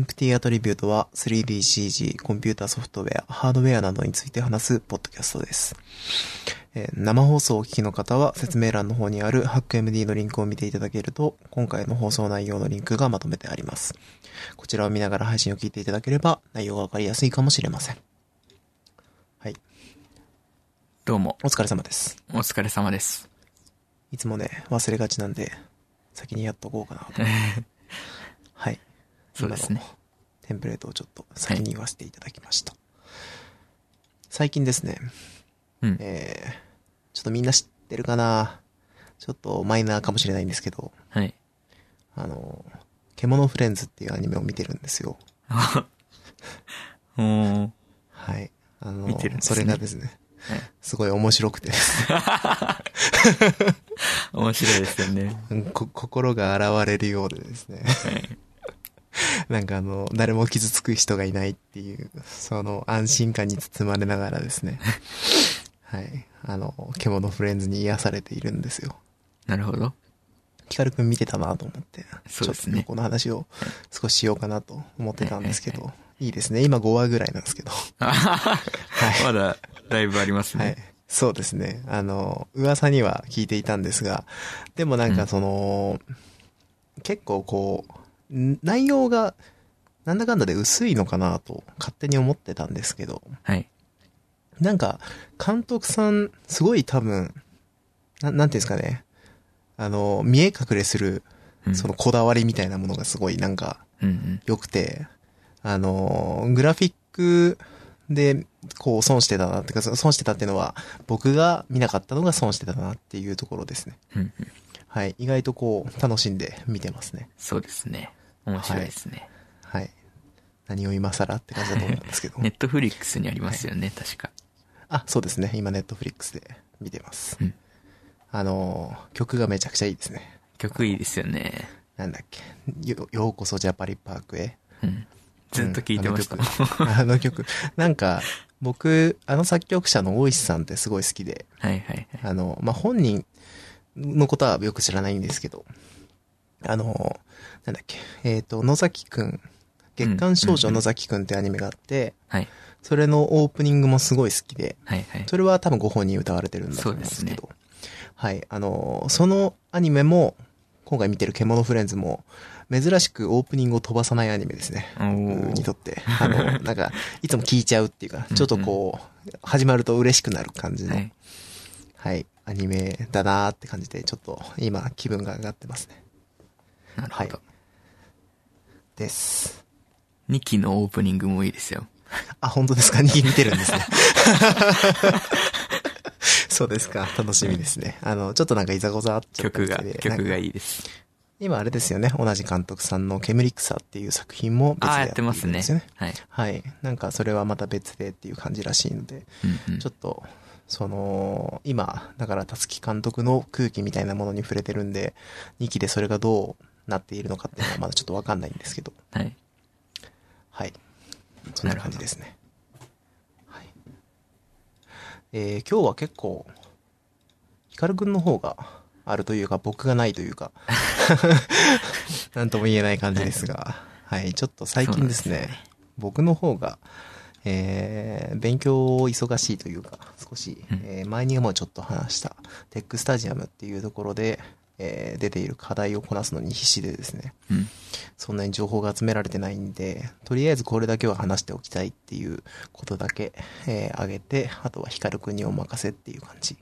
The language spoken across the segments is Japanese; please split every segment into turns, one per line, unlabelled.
Empty Attribute は 3DCG、コンピュータソフトウェア、ハードウェアなどについて話すポッドキャストです。えー生放送をお聞きの方は説明欄の方にある HackMD のリンクを見ていただけると、今回の放送内容のリンクがまとめてあります。こちらを見ながら配信を聞いていただければ内容がわかりやすいかもしれません。はい。
どうも、
お疲れ様です。
お疲れ様です。
いつもね、忘れがちなんで、先にやっとこうかなと。はい。
そうです
今
ね
のテンプレートをちょっと先に言わせていただきました。最近ですね、
うん。
えー、ちょっとみんな知ってるかなちょっとマイナーかもしれないんですけど、
はい。
あの、獣フレンズっていうアニメを見てるんですよ。
おー。
はい。あの、
見てるんです
そ
ね
れがですね、
はい
すごい面白くて ですね、
面白いですよね。
こ心が洗われるようでですね。
はい。
なんかあの、誰も傷つく人がいないっていう、その安心感に包まれながらです ね。はい。あの、獣フレンズに癒されているんですよ。
なるほど。
ヒカルくん見てたなと思って。
そうですね
ちょっとこの話を少ししようかなと思ってたんですけ
は
ど。いいですね。今5話ぐらいなんですけど。
あはは
は
まだ、だいぶありま
い。
す
はい
ね。。
そうですね。あの、噂には聞いていたんですが、でもなんかその、結構こうん、内容が、なんだかんだで薄いのかなと勝手に思ってたんですけど、
はい。
なんか、監督さん、すごい多分、ななんていうんですかね。あの、見え隠れする、
うん
そのこだわりみたいなものがすごいなんか
うんうん。
良くて、あの、グラフィックで、こう損してたなってか、そ損してたっていうのは、僕が見なかったのが損してたなっていうところですね。
うんうん。
はい。意外とこう、楽しんで見てますね。
そうですね。面白いですね。
はい。何を今更って感じだと思うんですけど。
ネットフリックスにありますよね、確か。
あ、そうですね。今、ネットフリックスで見てます。
うん
あのー、曲がめちゃくちゃいいですね。
曲いいですよね。
なんだっけ。よ、ようこそジャパリパークへ。
うん。ずっと聴いてました。
うんあの曲。あの曲 なんか、僕、あの作曲者の大石さんってすごい好きで、
はいはいはい。
あの、まあ、本人のことはよく知らないんですけど、あのー、なんだっけ。えっ、と、野崎くん。月刊少女野崎くんってアニメがあって、
はい。
それのオープニングもすごい好きで、
はいはい。
それは多分ご本人歌われてるんだと思うんですけ
そ
ど。はい。あのー、そのアニメも、今回見てる獣フレンズも、珍しくオープニングを飛ばさないアニメですね。
おー
僕にとって。あの、 なんか、いつも聞いちゃうっていうか、ちょっとこう、始まると嬉しくなる感じの、
は
はい
い、。
アニメだなーって感じで、ちょっと今気分が上がってますね。
なるほど
は。です。
2期のオープニングもいいですよ。
あ、本当ですか ?2 期見てるんです ね。そうですか。楽しみですね。あの、ちょっとなんかいざこざあっちゃった
曲
りし
が
て、
曲
なんか
がいいです。
今あれですよね。同じ監督さんの煙草っていう作品も別で
ああ、
や
や
っ
ってて
いる
ま
ん
す
で
ね
すよね。。
はい。
はい。なんかそれはまた別でっていう感じらしいので、
うんうん
ちょっと、その、今、だから、たつき監督の空気みたいなものに触れてるんで、2期でそれがどうなっているのかっていうのはまだちょっとわかんないんですけど、
はい。
はい。そんな感じですね。はい。えー今日は結構、ヒカルくんの方があるというか、僕がないという か、なんとも言えない感じですが、はい、ちょっと最近ですね、
そうなんです
僕の方が、えー勉強を忙しいというか、少し、
うん
えー前にもちょっと話した、テックスタジアムっていうところで、えー出ている課題をこなすのに必死でですね、
うん。
そんなに情報が集められてないんで、とりあえずこれだけは話しておきたいっていうことだけ、えー、あげて、あとはヒカルくんにお任せっていう感じ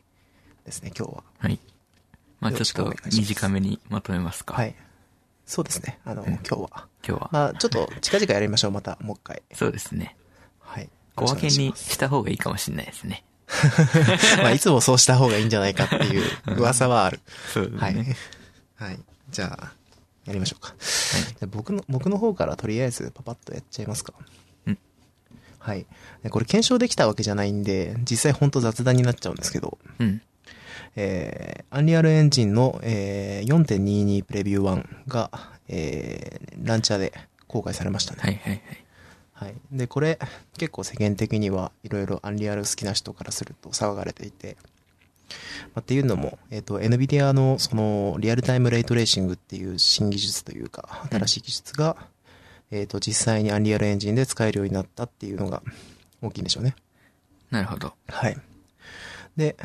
ですね、今日は。
はい。まあ
よ
ち
ろ
ょ
し
っ
くお
と
願いします
短めにまとめますか。
はい。そうですね、あの、今日は。
今日は。
まあ、ちょっと近々やりましょう、また、もう一回。
そうですね。
はい。
小分け
よ
に
ろし
した方がいいかもしれないですね。
くお願い しますまあ、いつもそうした方がいいんじゃないかっていう噂はある。
そうですね。
はい。はい。じゃあ、やりましょうか。じゃあ僕の、僕の方からとりあえずパパッとやっちゃいますか。
うん
はい。でこれ検証できたわけじゃないんで、実際ほんと雑談になっちゃうんですけど、
うん。
えー、アンリアルエンジンの、えー、4.22プレビュー1が、えー、ランチャーで公開されましたね。
はいはいはい。
はい。で、これ、 結構世間的にはいろいろアンリアル好きな人からすると騒がれていて、まあっていうのも、えっ、と、NVIDIA のそのリアルタイムレイトレーシングっていう新技術というか、新しい技術が、えっ、と、実際にアンリアルエンジンで使えるようになったっていうのが大きいんでしょうね。
なるほど。
はい。で、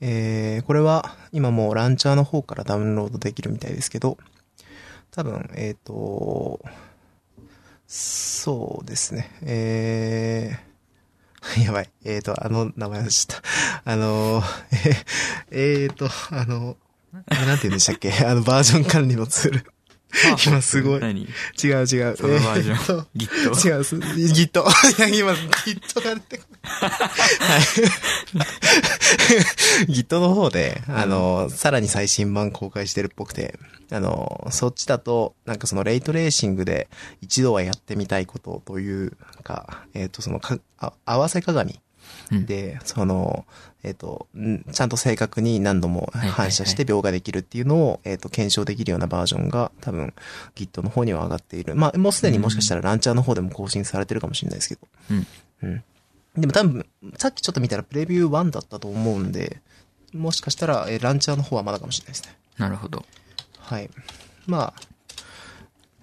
えー、これは今もうランチャーの方からダウンロードできるみたいですけど、多分、えっ、と、そうですね、えー、 やばい、えっ、と、あの、名前忘れちゃった。あの、ええー、と、あの、あれなんて言うんでしたっけあの、バージョン管理のツール。 今すごい
何
違う違う。
そのバージョン
えーと
Git
違う、 す Git。いや、今、Git が出てこない。はい。Git の方で、あの、さらに最新版公開してるっぽくて、あの、そっちだと、なんかそのレイトレーシングで一度はやってみたいことというか、えっ、と、そのかあ、合わせ鏡
うん
で、その、えっ、と、んちゃんと正確に何度も
はいはい
反射して描画できるっていうのを、えっ、と、検証できるようなバージョンが多分 Git の方には上がっている。まあ、もうすでにもしかしたらランチャーの方でも更新されてるかもしれないですけど。
うん。
うん。でも多分、さっきちょっと見たらプレビュー1だったと思うんで、もしかしたら、えーランチャーの方はまだかもしれないですね。
なるほど。
はい。まあ、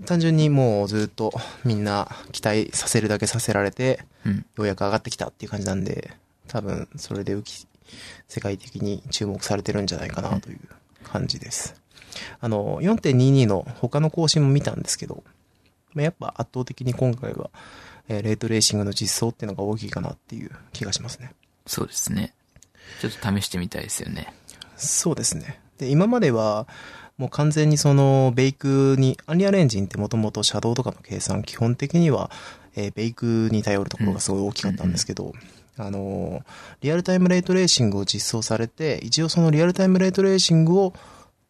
単純にもうずっとみんな期待させるだけさせられて、
うん。
ようやく上がってきたっていう感じなんで、多分それで浮き、世界的に注目されてるんじゃないかなという感じです。あの、4.22の他の更新も見たんですけど、まあやっぱ圧倒的に今回は、えーレートレーシングの実装っていうのが大きいかなっていう気がしますね。
そうですね。ちょっと試してみたいですよね。
そうですね。で、今までは、もう完全にその、ベイクに、アンリアルエンジンってもともとシャドウとかの計算、基本的には、えーベイクに頼るところがすごい大きかったんですけど、あのーリアルタイムレートレーシングを実装されて、一応そのリアルタイムレートレーシングを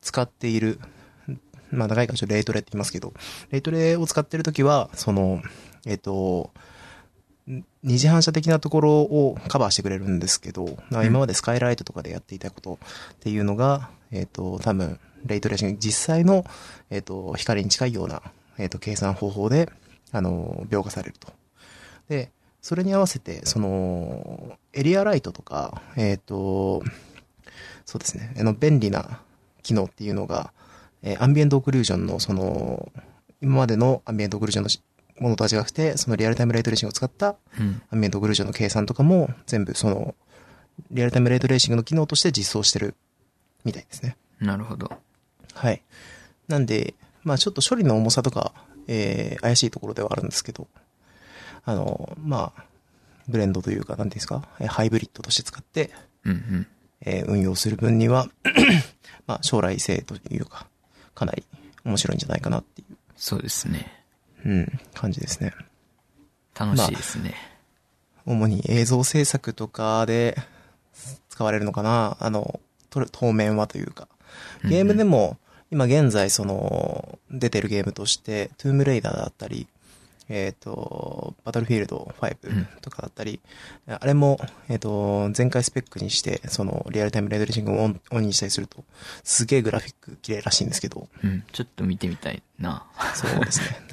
使っている、まあ長いからちょっとレートレって言いますけど、レートレを使ってるときは、その、えっ、と、二次反射的なところをカバーしてくれるんですけど、まあ今までスカイライトとかでやっていたことっていうのが、えっ、と、多分、レイトレーシング、実際の、えっ、と、光に近いような、えっ、と、計算方法で、あの、描画されると。で、それに合わせて、その、エリアライトとか、えっ、と、そうですね、あの、便利な機能っていうのが、えーアンビエントオクルージョンの、その、今までのアンビエントオクルージョンのしものとは違くて、そのリアルタイムレイトレーシングを使った
うん。
アンビエントオクルージョンの計算とかも、全部その、リアルタイムレイトレーシングの機能として実装してるみたいですね。
なるほど。
はい。なんで、まあちょっと処理の重さとか、えー、怪しいところではあるんですけど、あの、まあブレンドというか、なんていうんですか、えーハイブリッドとして使って、
うんうん。
えー運用する分には、 まあ将来性というか、かなり面白いんじゃないかなってい
そうですね。
う、うん、感じですね。
楽しいですね。
主に映像制作とかで使われるのかなあの、とる当面はというか。ゲームでも、今現在その、出てるゲームとして、トゥームレイダーだったり、えっ、と、バトルフィールド
うん
5とかだったり、あれも、えっ、と、前回スペックにして、その、リアルタイムレードレーシングをオンオンにしたりすると、すげえグラフィック綺麗らしいんですけど、
うん。ちょっと見てみたいな。
そうですね。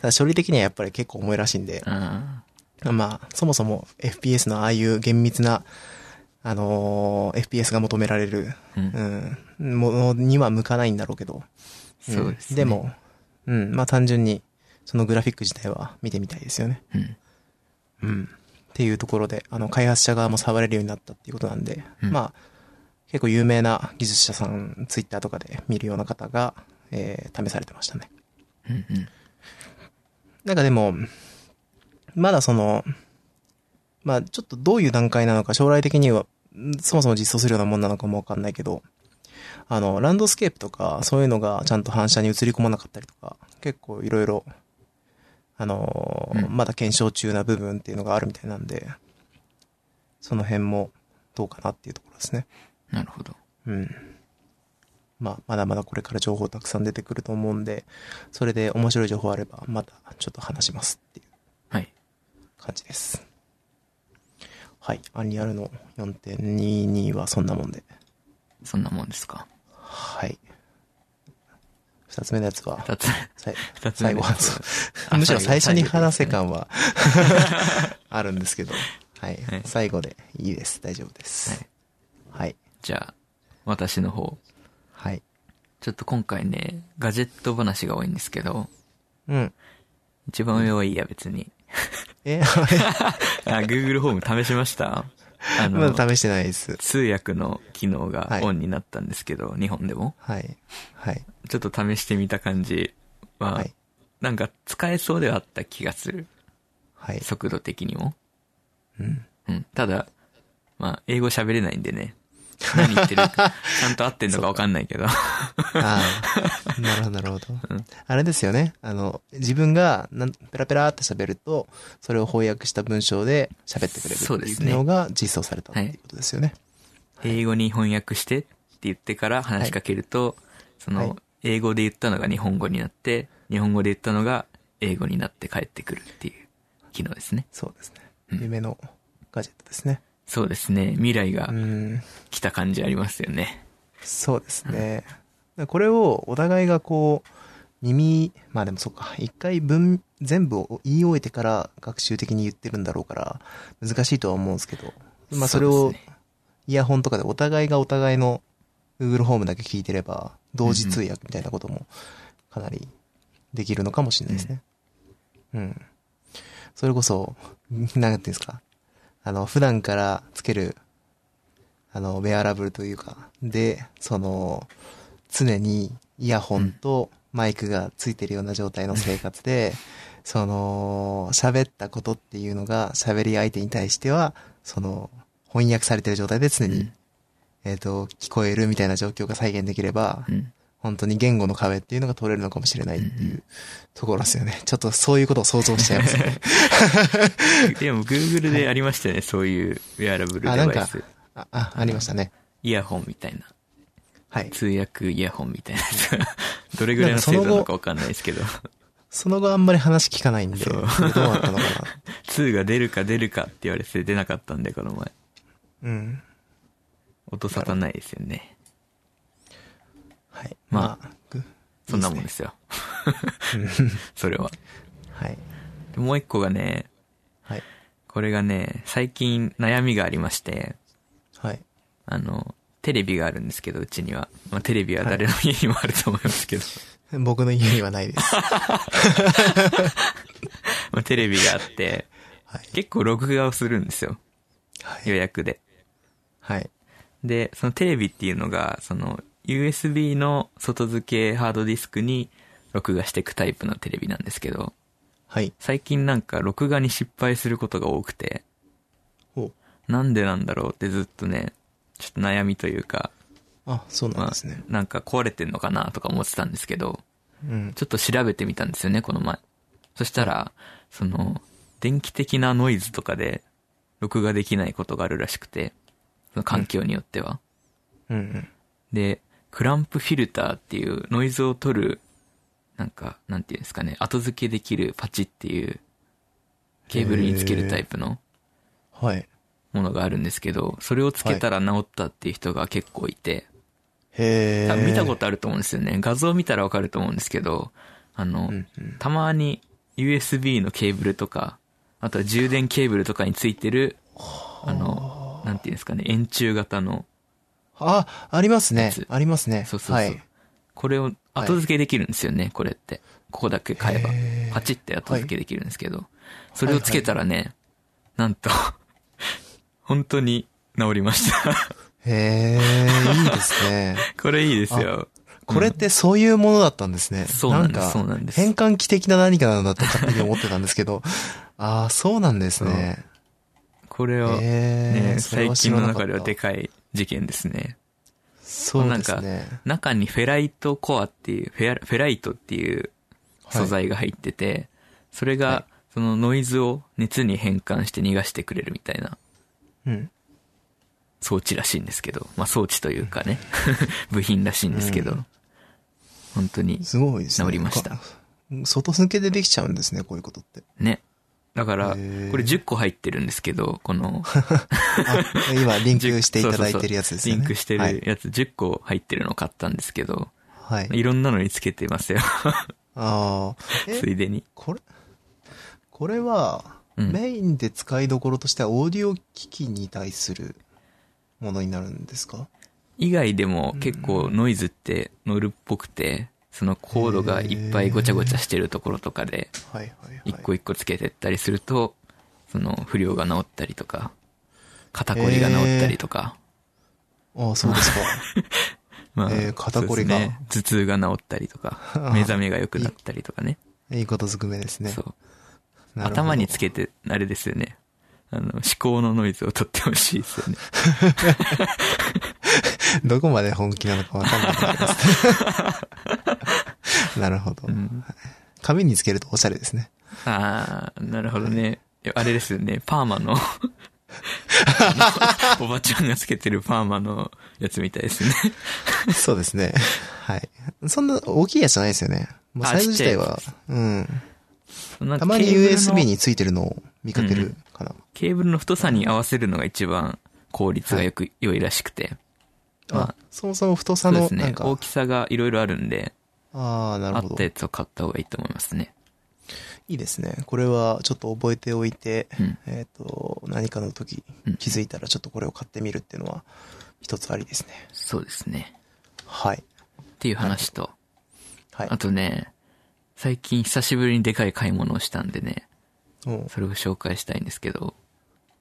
ただ処理的にはやっぱり結構重いらしいんで、
うん。
まあ、そもそも FPS のああいう厳密な、あのー FPS が求められる、
うん。
うん、ものには向かないんだろうけど。ん
そうですね。
で。も、うん、まあ単純に、そのグラフィック自体は見てみたいですよね。
うん。
うん。っていうところで、あの、開発者側も触れるようになったっていうことなんで、
うん
まあ、結構有名な技術者さん、ツイッターとかで見るような方が、えー試されてましたね。
うんうん。
なんかでも、まだその、まあちょっとどういう段階なのか将来的には、んそもそも実装するようなもんなのかもわかんないけど、あの、ランドスケープとか、そういうのがちゃんと反射に映り込まなかったりとか、結構いろいろ、あのー
うん
まだ検証中な部分っていうのがあるみたいなんで、その辺もどうかなっていうところですね。
なるほど。
うん。まあ、まだまだこれから情報たくさん出てくると思うんで、それで面白い情報あれば、またちょっと話しますっていう
はい。
感じです。はい。アンリアルの4.22はそんなもんで。
そんなもんですか。
はい。二つ目のやつは、
二つ。
さい
二つ目
最後
のやつ
は
あ
むしろ最初に
最後
話せ感は、 あるんですけど、はい
はい。
最後でいいです。大丈夫です。はい。
じゃあ、私の方。
はい。
ちょっと今回ね、ガジェット話が多いんですけど、
うん。
一番上はいいや、別に。
え、あれ
あ、Google ホーム試しましたあ
ま
の、
だ試してないです。
通訳の機能が
はい
オンになったんですけど、日本でも。
はい。はい。
ちょっと試してみた感じは、
はい
なんか使えそうではあった気がする。
はい。
速度的にも。
うん。
うん。ただ、まあ、英語喋れないんでね。何言って るか、ちゃんと合ってんのかわかんないけど。
ああ。なるほど、なるほど。あれですよね。あの、自分がなん、ペラペラって喋ると、それを翻訳した文章で喋ってくれる
そうで
って
す
い
ね
うのが実装されたっていうことですよね。
英語に翻訳してって言ってから話しかけると、その、
はい
英語で言ったのが日本語になって、日本語で言ったのが英語になって帰ってくるっていう機能ですね。
そうですね。
うん
夢のガジェットですね。
そうですね。未来が
うん。
来た感じありますよね。
そうですね。これをお互いがこう、耳、まあでもそっか、一回文、全部を言い終えてから学習的に言ってるんだろうから、難しいとは思うんですけど、まあそれ
う
を
ですね
イヤホンとかでお互いがお互いの Google ホームだけ聞いてれば、同時通訳みたいなこともかなりできるのかもしれないですね。うん。それこそ、なんていうんですか。あの、普段からつける、あの、ウェアラブルというか、で、その、常にイヤホンとマイクがついてるような状態の生活で、その、喋ったことっていうのが喋り相手に対しては、その、翻訳されてる状態で常に、
うん
えっ、と、聞こえるみたいな状況が再現できれば、
うん。
本当に言語の壁っていうのが取れるのかもしれないっていうところですよね。ちょっとそういうことを想像しちゃい ますね。
でも、Google でありましたよね。そういうウェアラブルデ
あなん
バイ
か
ス。
あ、あ、ありましたね。
イヤホンみたいな。
はい。
通訳イヤホンみたいなや つがどれぐらいの精度なのかわかんないですけど。
その後あんまり話聞かないんで、
そ
これど
う
うなったのかな。
2が出るか出るかって言われて出なかったんで、この前。
うん。
音沙汰ないですよね。
はい。
ま
あ、ぐ
そんなもん
いい
で
です
よ。それは。
すねはい。
でもう一個がね、
はい。
これがね、最近悩みがありまして、
はい。
あの、テレビがあるんですけど、うちには。まあ、テレビは誰の家にもあると思いますけど、
僕の家にはない です。は
まあ、テレビがあって、
い。
結構録画をするんですよ。
は
予
い。
約で。
はい。
で、そのテレビっていうのが、その、USB の外付けハードディスクに録画していくタイプのテレビなんですけど、
はい。
最近なんか録画に失敗することが多くて、
ほう。
なんでなんだろうってずっとね、ちょっと悩みというか、
あ、そうなん
ま
ですね。
あ、なんか壊れてんのかなとか思ってたんですけど、
うん。
ちょっと調べてみたんですよね、この前。そしたら、その、電気的なノイズとかで、録画できないことがあるらしくて、その環境によっては。
うんうん。
で、クランプフィルターっていうノイズを取る、なんか、なんていうんですかね、後付けできるパチっていう、ケーブルにつけるタイプの
はい。
ものがあるんですけど、それをつけたら治ったっていう人が結構いて、
へ
多
え。
分見たことあると思うんですよね。画像見たらわかると思うんですけど、あの、
うんうん。
たまに USB のケーブルとか、あとは充電ケーブルとかについてる、あの、なんていうんですかね、円柱型の、
あ、ありますね
やつ。
ありますね。
そうそうそう
はい。
これを後付けできるんですよね、これって。ここだけ買えば
へー。
パチって後付けできるんですけど、それをつけたらね、なんと、本当に治りました。
へえ、いいですね。
これいいですよ。
これってそういうものだったんですね。
そうなんです
か
そうなんです
変換器的な何かなのだと勝手に思ってたんですけ ど、ああ、そうなんですね。
これ
へ
は、
え
ね、
それ
最
は知
近
ら
の
なかった
中ではでかい事件ですね。
そうですね。
中にフェライトコアっていう、フェラフェライトっていう素材が入ってて、それ
はい
が、そのノイズを熱に変換して逃がしてくれるみたいな
うん。
装置らしいんですけど、まあ装置というか ね、部品らしいんですけど、
うん
本当に、
すごいですね。
治りました
か。外抜けでできちゃうんですね、こういうことって。
ね。だから、
へー
これ10個入ってるんですけど、この、
あ、今、リンクしてい
10
ただいてるやつです
そうそうそう
よね。
リンクして
はい
る。やつ10個入ってるの買ったんですけど、
はい。
いろんなのにつけてますよ、
ああ。え
つ、いでに。
これ、これは、
うん
メインで使いどころとしては、オーディオ機器に対するものになるんですか
以外でも結構ノイズって乗るっぽくて、そのコードがいっぱいごちゃごちゃしてるところとかで、
はいはいはい。
一個一個つけてったりすると、その不良が治ったりとか、肩こりが治ったりとか、
ああ、そうですか。
まあ、
えー肩こりが
そうですね、頭痛が治ったり とか、目覚めが良くなったりとかね。
いいことずくめですね。
そう。
なるほど
頭につけて、あれですよね。あの、思考のノイズを取ってほしいですよね。
どこまで本気なのかわかんないですね。 なるほど
う。ん、
紙につけるとおしゃれですね。
ああ、なるほどね。いやあれですよね。パーマ のあの、おばちゃんがつけてるパーマのやつみた いですね。
そうですね。はい。そんな大きいやつじゃないですよね。まあ、
あ
サイズ自体は、うん。
なん
た
か
まに
ケーブルの
USB についてるのを見かけるかな。
ケーブルの太さに合わせるのが一番効率がよく、良いらしくて。ま
あ
あ、
そもそも太
そ
さ
うで
の、
す
な
ね
ん。か、
大きさがいろいろあるんで、
ああ、な
あ
るほ
っ
ど
た。やつを買った方がいいと思いますね。
いいですね。これはちょっと覚えておいて、
うん
えっ、と、何かの時
うん
気づいたらちょっとこれを買ってみるっていうのは一つありですね。
そうですね。
はい。
っていう話と、
はい
あ。とね、最近久しぶりにでかい買い物をしたんでね、
うん
それを紹介したいんですけど、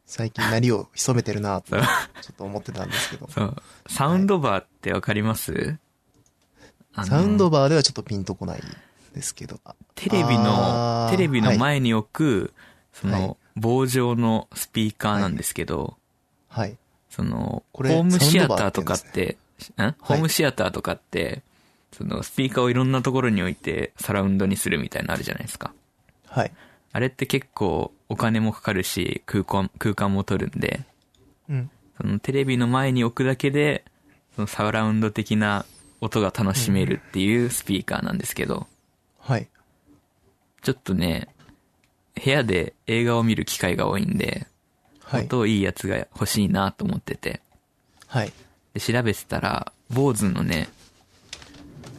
最近何を潜めてるなって、ち
そ
ょ
う
っ と思ってたんですけど。
そう、サウンドバーってわかりますあの
サウンドバーではちょっとピンとこないですけど。あ
テレビ
あ
の
ー、
テレビの前に置く、そ
はい
の、棒状のスピーカーなんですけど、
はい。
その、
こ
ホ
れ
ームシアターとかっ
サウン
て、んホームシアターとかって、その、スピーカーをいろんなところに置いて、サラウンドにするみたいなのあるじゃないですか。
はい。
あれって結構、お金もかかるし、空間、空間も取るんで、
うん。
その、テレビの前に置くだけで、その、サラウンド的な音が楽しめるっていうスピーカーなんですけど、
はい。
ちょっとね、部屋で映画を見る機会が多いんで、
はい。
音いいやつが欲しいなと思ってて、
はい。
で、調べてたら、坊主のね、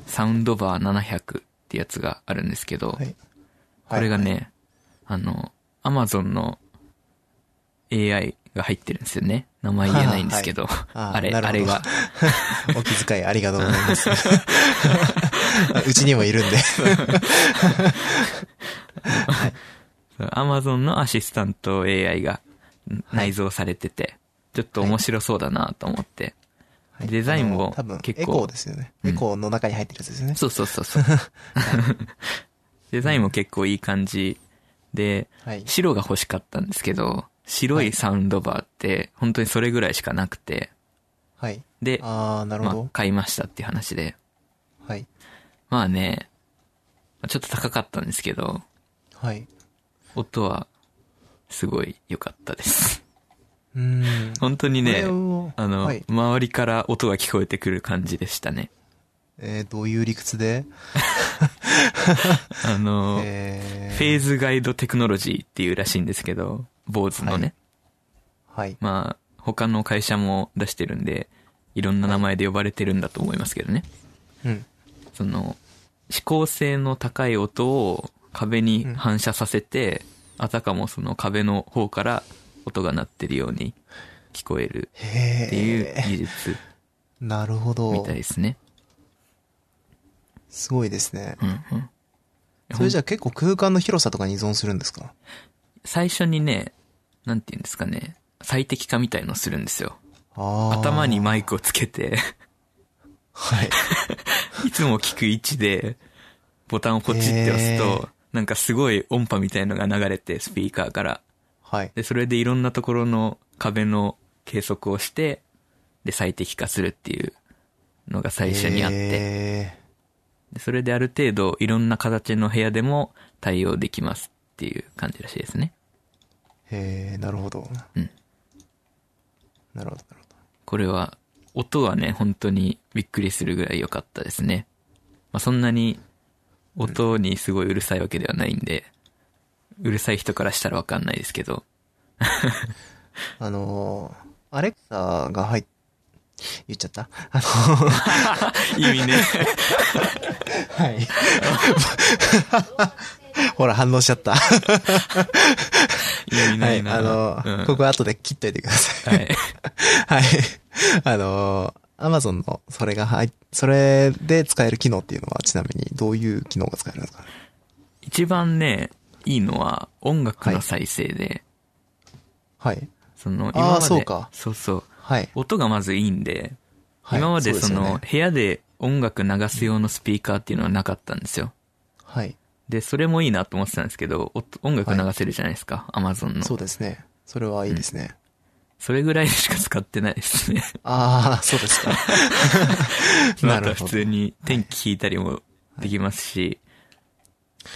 サウンドバー700ってやつがあるんですけど、
はい。
これがね、あの、アマゾンの AI が入ってるんですよね。名前言えないんですけど、
あー
あれ、
なる
あ
ほど
れが。
はい。お気遣いありがとうござい ます。うちにもいるんで。
アマゾンのアシスタント AI が内蔵されてて、ちょっと面白そうだなと思って。
はい
デザイン
あ
も
の多分、
結
エ
構
コーですよね。
うん
エコーの中に入ってるやつですよね。
そうそうそう そう。デザインも結構いい感じで、
はい。
白が欲しかったんですけど、白いサウンドバーって本当にそれぐらいしかなくて、
はい。
で、
あー、なるほ
まあ
ど、。
買いましたっていう話で。
はい。
まあね、まあちょっと高かったんですけど、
はい。
音はすごい良かったです。
うーん。
本当に
こ
ね
れ、を
あの、
はい
周りから音が聞こえてくる感じでしたね。
えー、どういう理屈で
あの、
え
フェーズガイドテクノロジーっていうらしいんですけど、坊主のね。
はい。
まあ、他の会社も出してるんで、いろんな名前で呼ばれてるんだと思いますけどね。
うん。
その、指向性の高い音を壁に反射させて、あたかもその壁の方から音が鳴ってるように聞こえる
へ
っていう
え。
技術
なるほ
み
ど
たい。ですね。
すごいですね。
うんうん。
それじゃあ結構空間の広さとかに依存するんですか
最初にね、なんて言うんですかね、最適化みたいのをするんですよ。
あー
頭に。マイクをつけて、
はい。
いつも聞く位置で、ボタンをポチって押す
へー
と、なんかすごい音波みたいのが流れて、スピーカーから。
はい。
で、それでいろんなところの壁の計測をして、で、最適化するっていうのが最初にあって、
へ
でそれである程度いろんな形の部屋でも対応できますっていう感じらしいですね。
え。へえ、なるほど。
うん。
なるほど、なるほど。
これは、音はね、本当にびっくりするぐらい良かったですね。まあ、そんなに、音にすごいうるさいわけではないんで、うるさい人からしたらわかんないです けど、
あのー、アレクサが入っ、言っちゃったあの
意味ね。
はい。 ほら、反応しちゃった。
意味
は
ない
い。
な。
あの、
うん
ここは後で切っといてください。
はい。
はい。あのー Amazon のそれが入っ、それで使える機能っていうのはちなみにどういう機能が使えるんですかね。
一番ね、いいのは音楽の再生で、
はい。
その、
あー
今まで、
そうか
そうそう
はい。
音がまずいいんで、
はい
今までそ
そうです
の、
よね
部屋で音楽流す用のスピーカーっていうのはなかったんですよ。
はい。
で、それもいいなと思ってたんですけど、音音楽流せるじゃないですか、Amazon の。
そうですね。それはいいですね。
それぐらいしか使ってないですね。
ああ、そうです か。 な
あと
るほ
は普
ど。
通に天気聞いたりもできますし、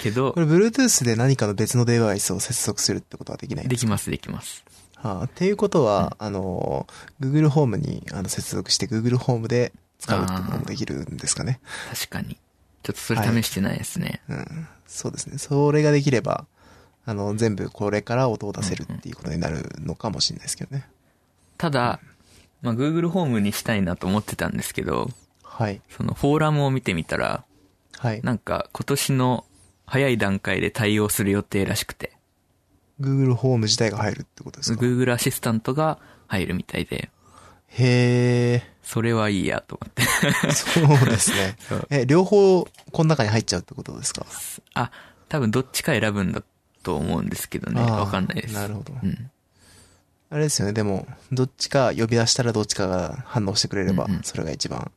けど
こ、れ、Bluetooth で何かの別のデバイスを接続するってことはできないん
で
です
きますできます。
かはあ、っていうことは、あの、Google ホームにあの接続して Google ホームで使うっていうのもできるんですかね。
確かに。ちょっとそれ試してないですね。
うん。そうですね。それができれば、あの、全部これから音を出せるっていうことになるのかもしれないですけどね。
ただ、まあ、Google ホームにしたいなと思ってたんですけど、
はい。
そのフォーラムを見てみたら、
はい。
なんか今年の早い段階で対応する予定らしくて、
Google ホーム自体が入るってことですか
Google アシスタントが入るみたいで、
へ
それはいいやと思って。
ー。そうですね
そう。
え、両方、この中に入っちゃうってことですか
あ、多分どっちか選ぶんだと思うんですけどね。
あー
わかんないです。
なるほど
うん。
あれですよね、でも、どっちか呼び出したらどっちかが反応してくれれば
うんう、ん
それが一番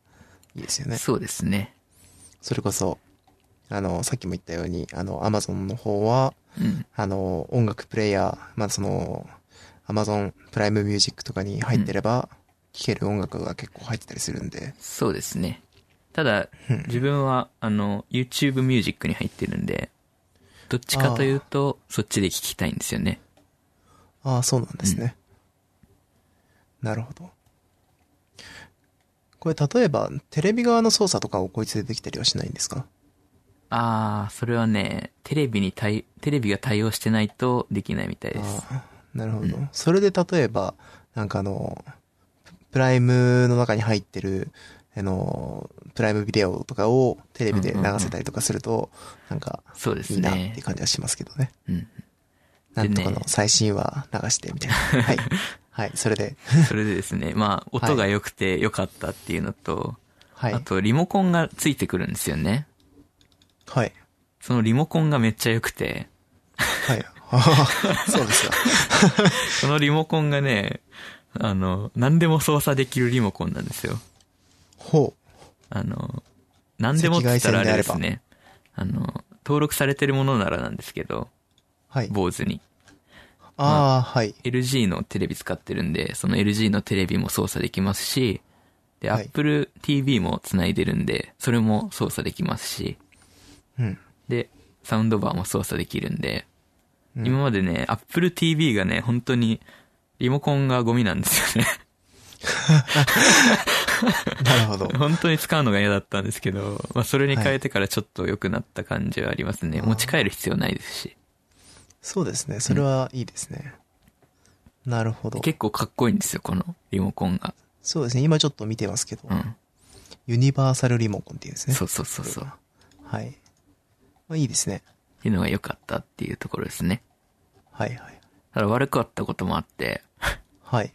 いいですよね。
そうですね。
それこそ、あの、さっきも言ったように、あの、Amazon の方は、
うん。
あの、音楽プレイヤー、まあ、その、Amazon プライムミュージックとかに入ってれば、聴ける音楽が結構入ってたりするんで、
そうですね。ただ、
うん
自分は、あの、YouTube ミュージックに入ってるんで、どっちかというと、そっちで聞きたいんですよね。
ああ、そうなんですね。なるほど。これ、例えば、テレビ側の操作とかをこいつでできたりはしないんですか
あー、それはね、テレビに対、テレビが対応してないとできないみたいです。
ああなるほど、それで例えば、なんかあの、プライムの中に入ってる、あの、プライムビデオとかをテレビで流せたりとかすると、なんか、
そうです
いいなって
ね
いう。感じはしますけどね。
うん。
なんとか
で
の
ね
最新話流してみ たいな。はい。はい、それで。
それでですね、まあ、音が良くて良かったっていうのと、
はい
あ。と、リモコンがついてくるんですよね。
はい。
そのリモコンがめっちゃ良くて、
はい。ああそうです か。
そのリモコンがね、あの、何でも操作できるリモコンなんですよ。
ほう。
あの、何でもって言ったらあれです
赤外線
ね。あの、登録されてるものならなんですけど、
はい。
坊主に。
ああ、はい。
LG のテレビ使ってるんで、その LG のテレビも操作できますし、で、
はい
Apple TV も繋いでるんで、それも操作できますし、
うん。
で、サウンドバーも操作できるんで、
うん
今までね、Apple TV がね、本当に、リモコンがゴミなんですよね。
なるほ ど。
本当に使うのが嫌だったんですけど、まあ、それに変えてからちょっと良くなった感じはありますね。
はい
持ち帰る必要ないですし。
そうですね。それはいいですね。なるほど。
結構かっこいいんですよ、このリモコンが。
そうですね。今ちょっと見てますけど。
うん。
ユニバーサルリモコンっていうんですね。
そうそうそうそう。っ
はい。まあ、いいですね。
ていうのが良かったっていうところですね。
はいはい。
ただ悪かったこともあって、
はい。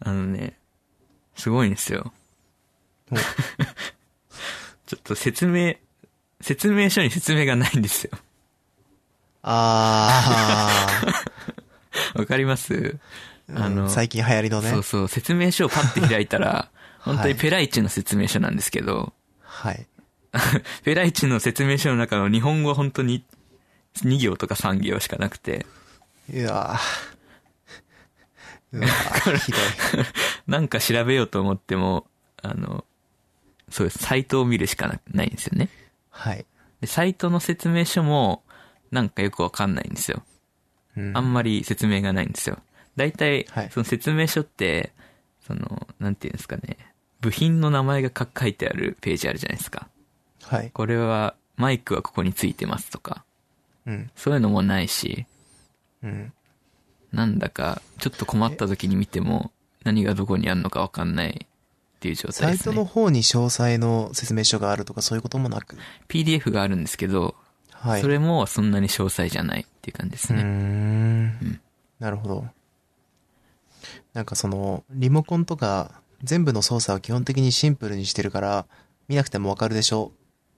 あのね、すごいんですよ。
お
ちょっと説明、説明書に説明がないんですよ。
あ
わかります
ー。あの、最近流行りのね
そう。そう、説明書をパッて開い たら、本当にペライチの説明書なんですけど、
はい。
ペライチの説明書の中の日本語は本当に2行とか3行しかなくて、
うわーうわーひどい。
なんか調べようと思っても、あの、そうです、サイトを見るしかなないんですよね。
はい。
で、サイトの説明書も、なんかよくわかんないんですよ。
うん
あんまり説明がないんですよ。大体
はい、
その説明書って、その、なんていうんですかね、部品の名前が書書いてあるページあるじゃないですか。
はい。
これは、マイクはここについてますとか、
うん。
そういうのもないし、
うん。
なんだか、ちょっと困った時に見ても、何がどこにあるのかわかんないっていう状
サ
態
イ
です
トの
ね。
方に詳細の説明書があるとかそういうこともなく。
PDF があるんですけど、
はい。
それもそんなに詳細じゃないっていう感じです
うー
ね。
ん。なるほど。なんかその、リモコンとか全部の操作を基本的にシンプルにしてるから、見なくてもわかるでしょ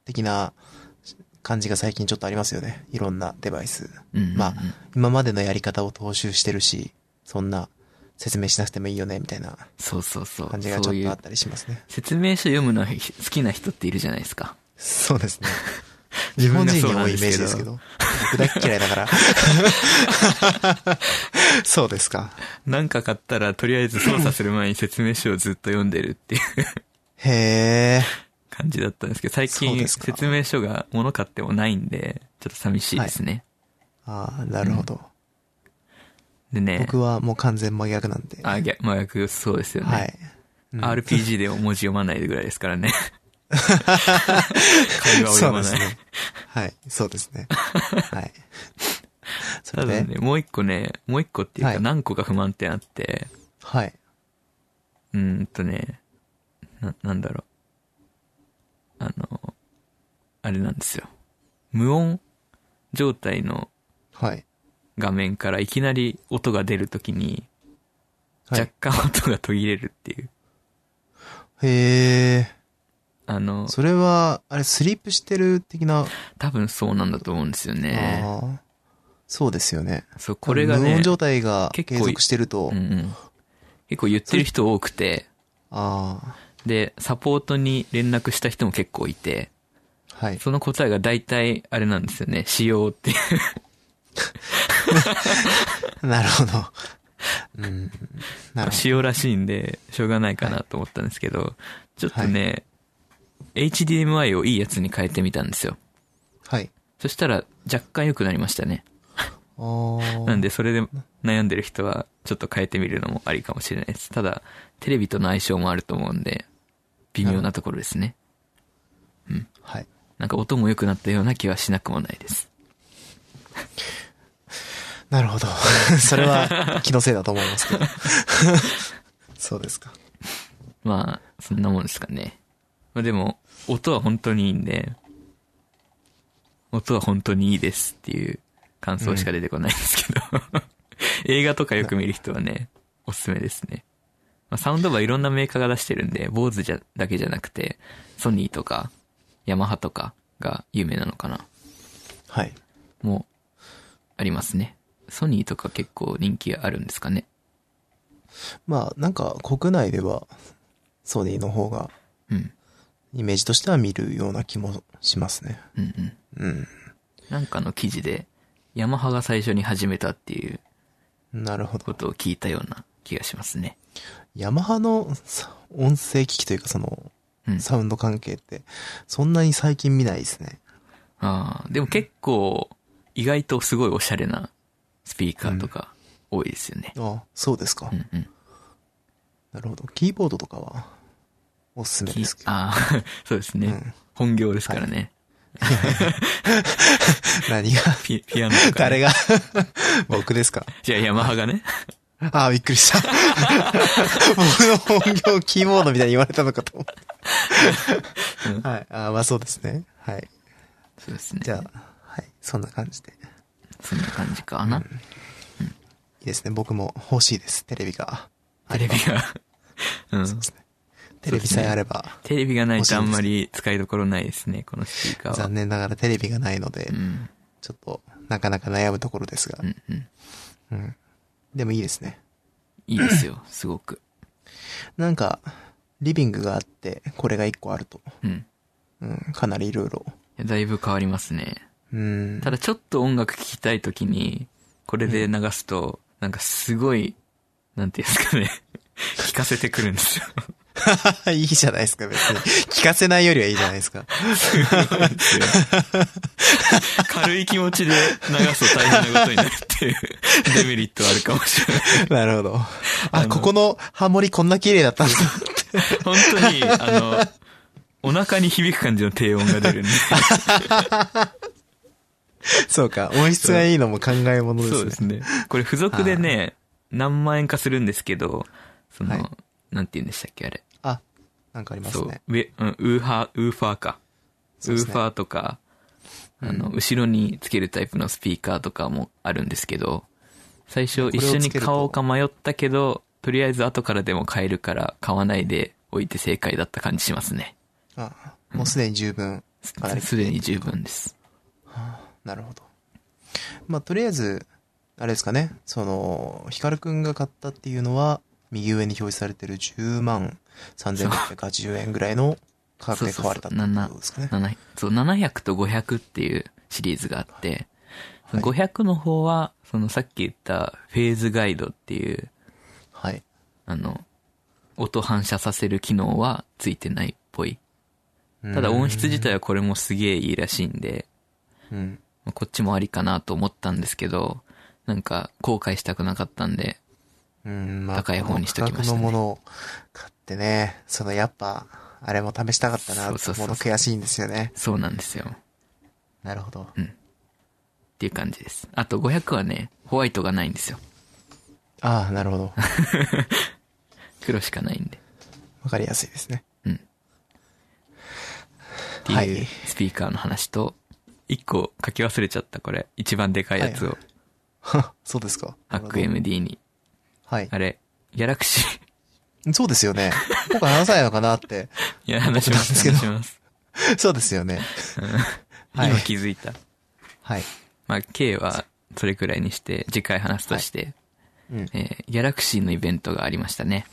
的な感じが最近ちょっとありますよね。いろんなデバイス。
うんうんうん
まあ、今までのやり方を踏襲してるし、そんな説明しなくてもいいよね、みたいな
そうそうそう。
感じがち
そ
ょ
う
っ
い
とあっ
う
たりしますね。
説明書読むの好きな人っているじゃないですか。
そうです ね。日
自
本
分が
人
そ
に
うな
多
ん
いイメージですけど。僕だけ嫌いだから。 そうですか。
なんか買ったらとりあえず操作する前に説明書をずっと読んでるっていう
へえ。
感じだったんですけど、最
そうで
近
すか
説明書が物買ってもないんで、ちょっと寂しいですね。
ああ、なるほど。
でね、
僕はもう完全真逆なんで。
あ、逆、まあ逆、そうですよね。
はい。うん
RPG で文字読まないぐらいですから ね。会話
そ
を読
う
ま
です
ない。
ね。はい。そうです ね。はい。そ
た
れ
だ
で、
ね、もう一個ね、もう一個っていう
は
か
い
何個か不満点あって、
はい。
うーんとね、な、なんだろう。あの、あれなんですよ。無音状態の
はい。
画面からいきなり音が出るときに、
はい
若干音が途切れるっていう。
へえ。
あの、
それは、あれ、スリープしてる的な、
多分そうなんだと思うんですよね。
ああそうですよね。
そう、これが
無
ね
音、状態が
結
継
構
続してると、
うんうん、結構言ってる人多くて、
あ
で、サポートに連絡した人も結構いて、
あ、はい。
その答えが大体あれなんですよね。仕様っていう。
なるほど。うん。な るほ
仕様らしいんで、しょうがないかなと思ったんですけど、ちょっとね、HDMI をいいやつに変えてみたんですよ。
ど。はい。
そしたら若干良くなりましたね。
ああ。
なんでそれで悩んでる人はちょっと変えてみるのもありかもしれないです。ただ、テレビとの相性もあると思うんで、微妙なところですね。
はい。
なんか音も良くなったような気はしなくもないです。
なるほど。 それは気のせいだと思いますけど。 そうですか。
まあ、そんなもんですかね。まあでも、音は本当にいいんで、音は本当にいいですっていう感想しか出てこないんですけど、映画とかよく見る人はね、おすすめですね。まあ、サウンドバーいろんなメーカーが出してるんで、坊主じゃだけじゃなくて、ソニーとか、ヤマハとかが有名なのかな。
はい。
もう、ありますね。ソニーとか結構人気あるんですかね。
まあ、なんか国内では、ソニーの方が、
うん。
イメージとしては見るような気もしますね。
うんうん。
うん。
なんかの記事で、ヤマハが最初に始めたっていう
なるほど。
ことを聞いたような気がしますね。
ヤマハのさ音声機器というかその、
うん。
サウンド関係って、そんなに最近見ないですね。
ああ、でも結構、意外とすごいおしゃれなスピーカーとか多いですよね。
あそうですか
う。んうん。
なるほど。キーボードとかは、おすすめ
き
ですけど。
ああ、 そうですね。
うん
本業ですからね。
何が、
ピピアノとか、ね。
誰が、僕ですか。
じゃあヤマハ がね。
ああ、びっくりした。僕の本業キーボードみたいに言われたのかと思って。はい。ああまあそうですね。はい。
そうですね。
じゃあ、はい。そんな感じで。
そんな感じかな。
いいですね。僕も欲しいです。テレビが。
テレビが。 うん。
テレビさえあれば。
テレビがないとあんまり使いどころないですね、このスピーカーは。
残念ながらテレビがないので、
うん。
ちょっと、なかなか悩むところですが
う。んうん。
うん。でもいいですね。
いいですよ、すごく。
なんか、リビングがあって、これが一個あると。
うん。
うん。かなりいろいろ。
だいぶ変わりますね。
うん
た。だちょっと音楽聴きたいときに、これで流すと、なんかすごい、なんていうんです かね、聞かせてくるんですよ。
いいじゃないですか、別に。聞かせないよりはいいじゃないですか。
軽い気持ちで流すと大変なことになるっていうデメリットはあるかもしれない。
なるほど。
あ
あ、
の
ここのハモリこんな綺麗だったんだ。
本当に、あの、お腹に響く感じの低音が出るんで。
そうか、音質がいいのも考えものですね。
そうですね。これ付属でね、何万円かするんですけど、その、
はい
なんて言うんでしたっけ、あれ。
あ、なんかあります
そう
ね。。
ウェ、うん、ウーハー、ウーファーか。
そう
ウ
で
ー
す
フ
ね
ァーとか、あの、後ろにつけるタイプのスピーカーとかもあるんですけど、最初
れを
一緒
つ
に
けると
買おうか迷ったけど、とりあえず後からでも買えるから買わないでおいて正解だった感じしますね。
あ、もうすでに十分。
す
かなり
すでに十分です。
なるほど。まあ、とりあえず、あれですかね、その、ヒカルくんが買ったっていうのは、右上に表示されてる10万3680円ぐらいの価格で買われたってことですかね。
7そう、700と500っていうシリーズがあって、
はい
500の方は、そのさっき言ったフェーズガイドっていう、
はい。
あの、音反射させる機能はついてないっぽい。ただ音質自体はこれもすげえいいらしいんで、
うん。うん。
まあこっちもありかなと思ったんですけど、なんか後悔したくなかったんで、
うん、まあ、
高い方にしときましたね
この価格のものを買ってね、そのやっぱ、あれも試したかったなって
そうそうそ
も
う
の悔しいんですよね。
そうなんですよ。っ
なるほど。
ていう感じです。あと500はね、ホワイトがないんですよ。
ああ、なるほど。
黒しかないんで。
わかりやすいですね。
って
はいいう
スピーカーの話と、一個書き忘れちゃったこれ。一番でかいやつ
は
を、
そうですか。
ハック MD に。
はい。
あれ、ギャラクシ ー。
そうですよね。今回話さないのかなって。
いや、話します、
僕なんですけど
話します。
そうですよね。はい
今気づいた。
はい。
まあ、K はそれくらいにして、次回話すとして、
うん。
えーギャラクシーのイベントがありましたね。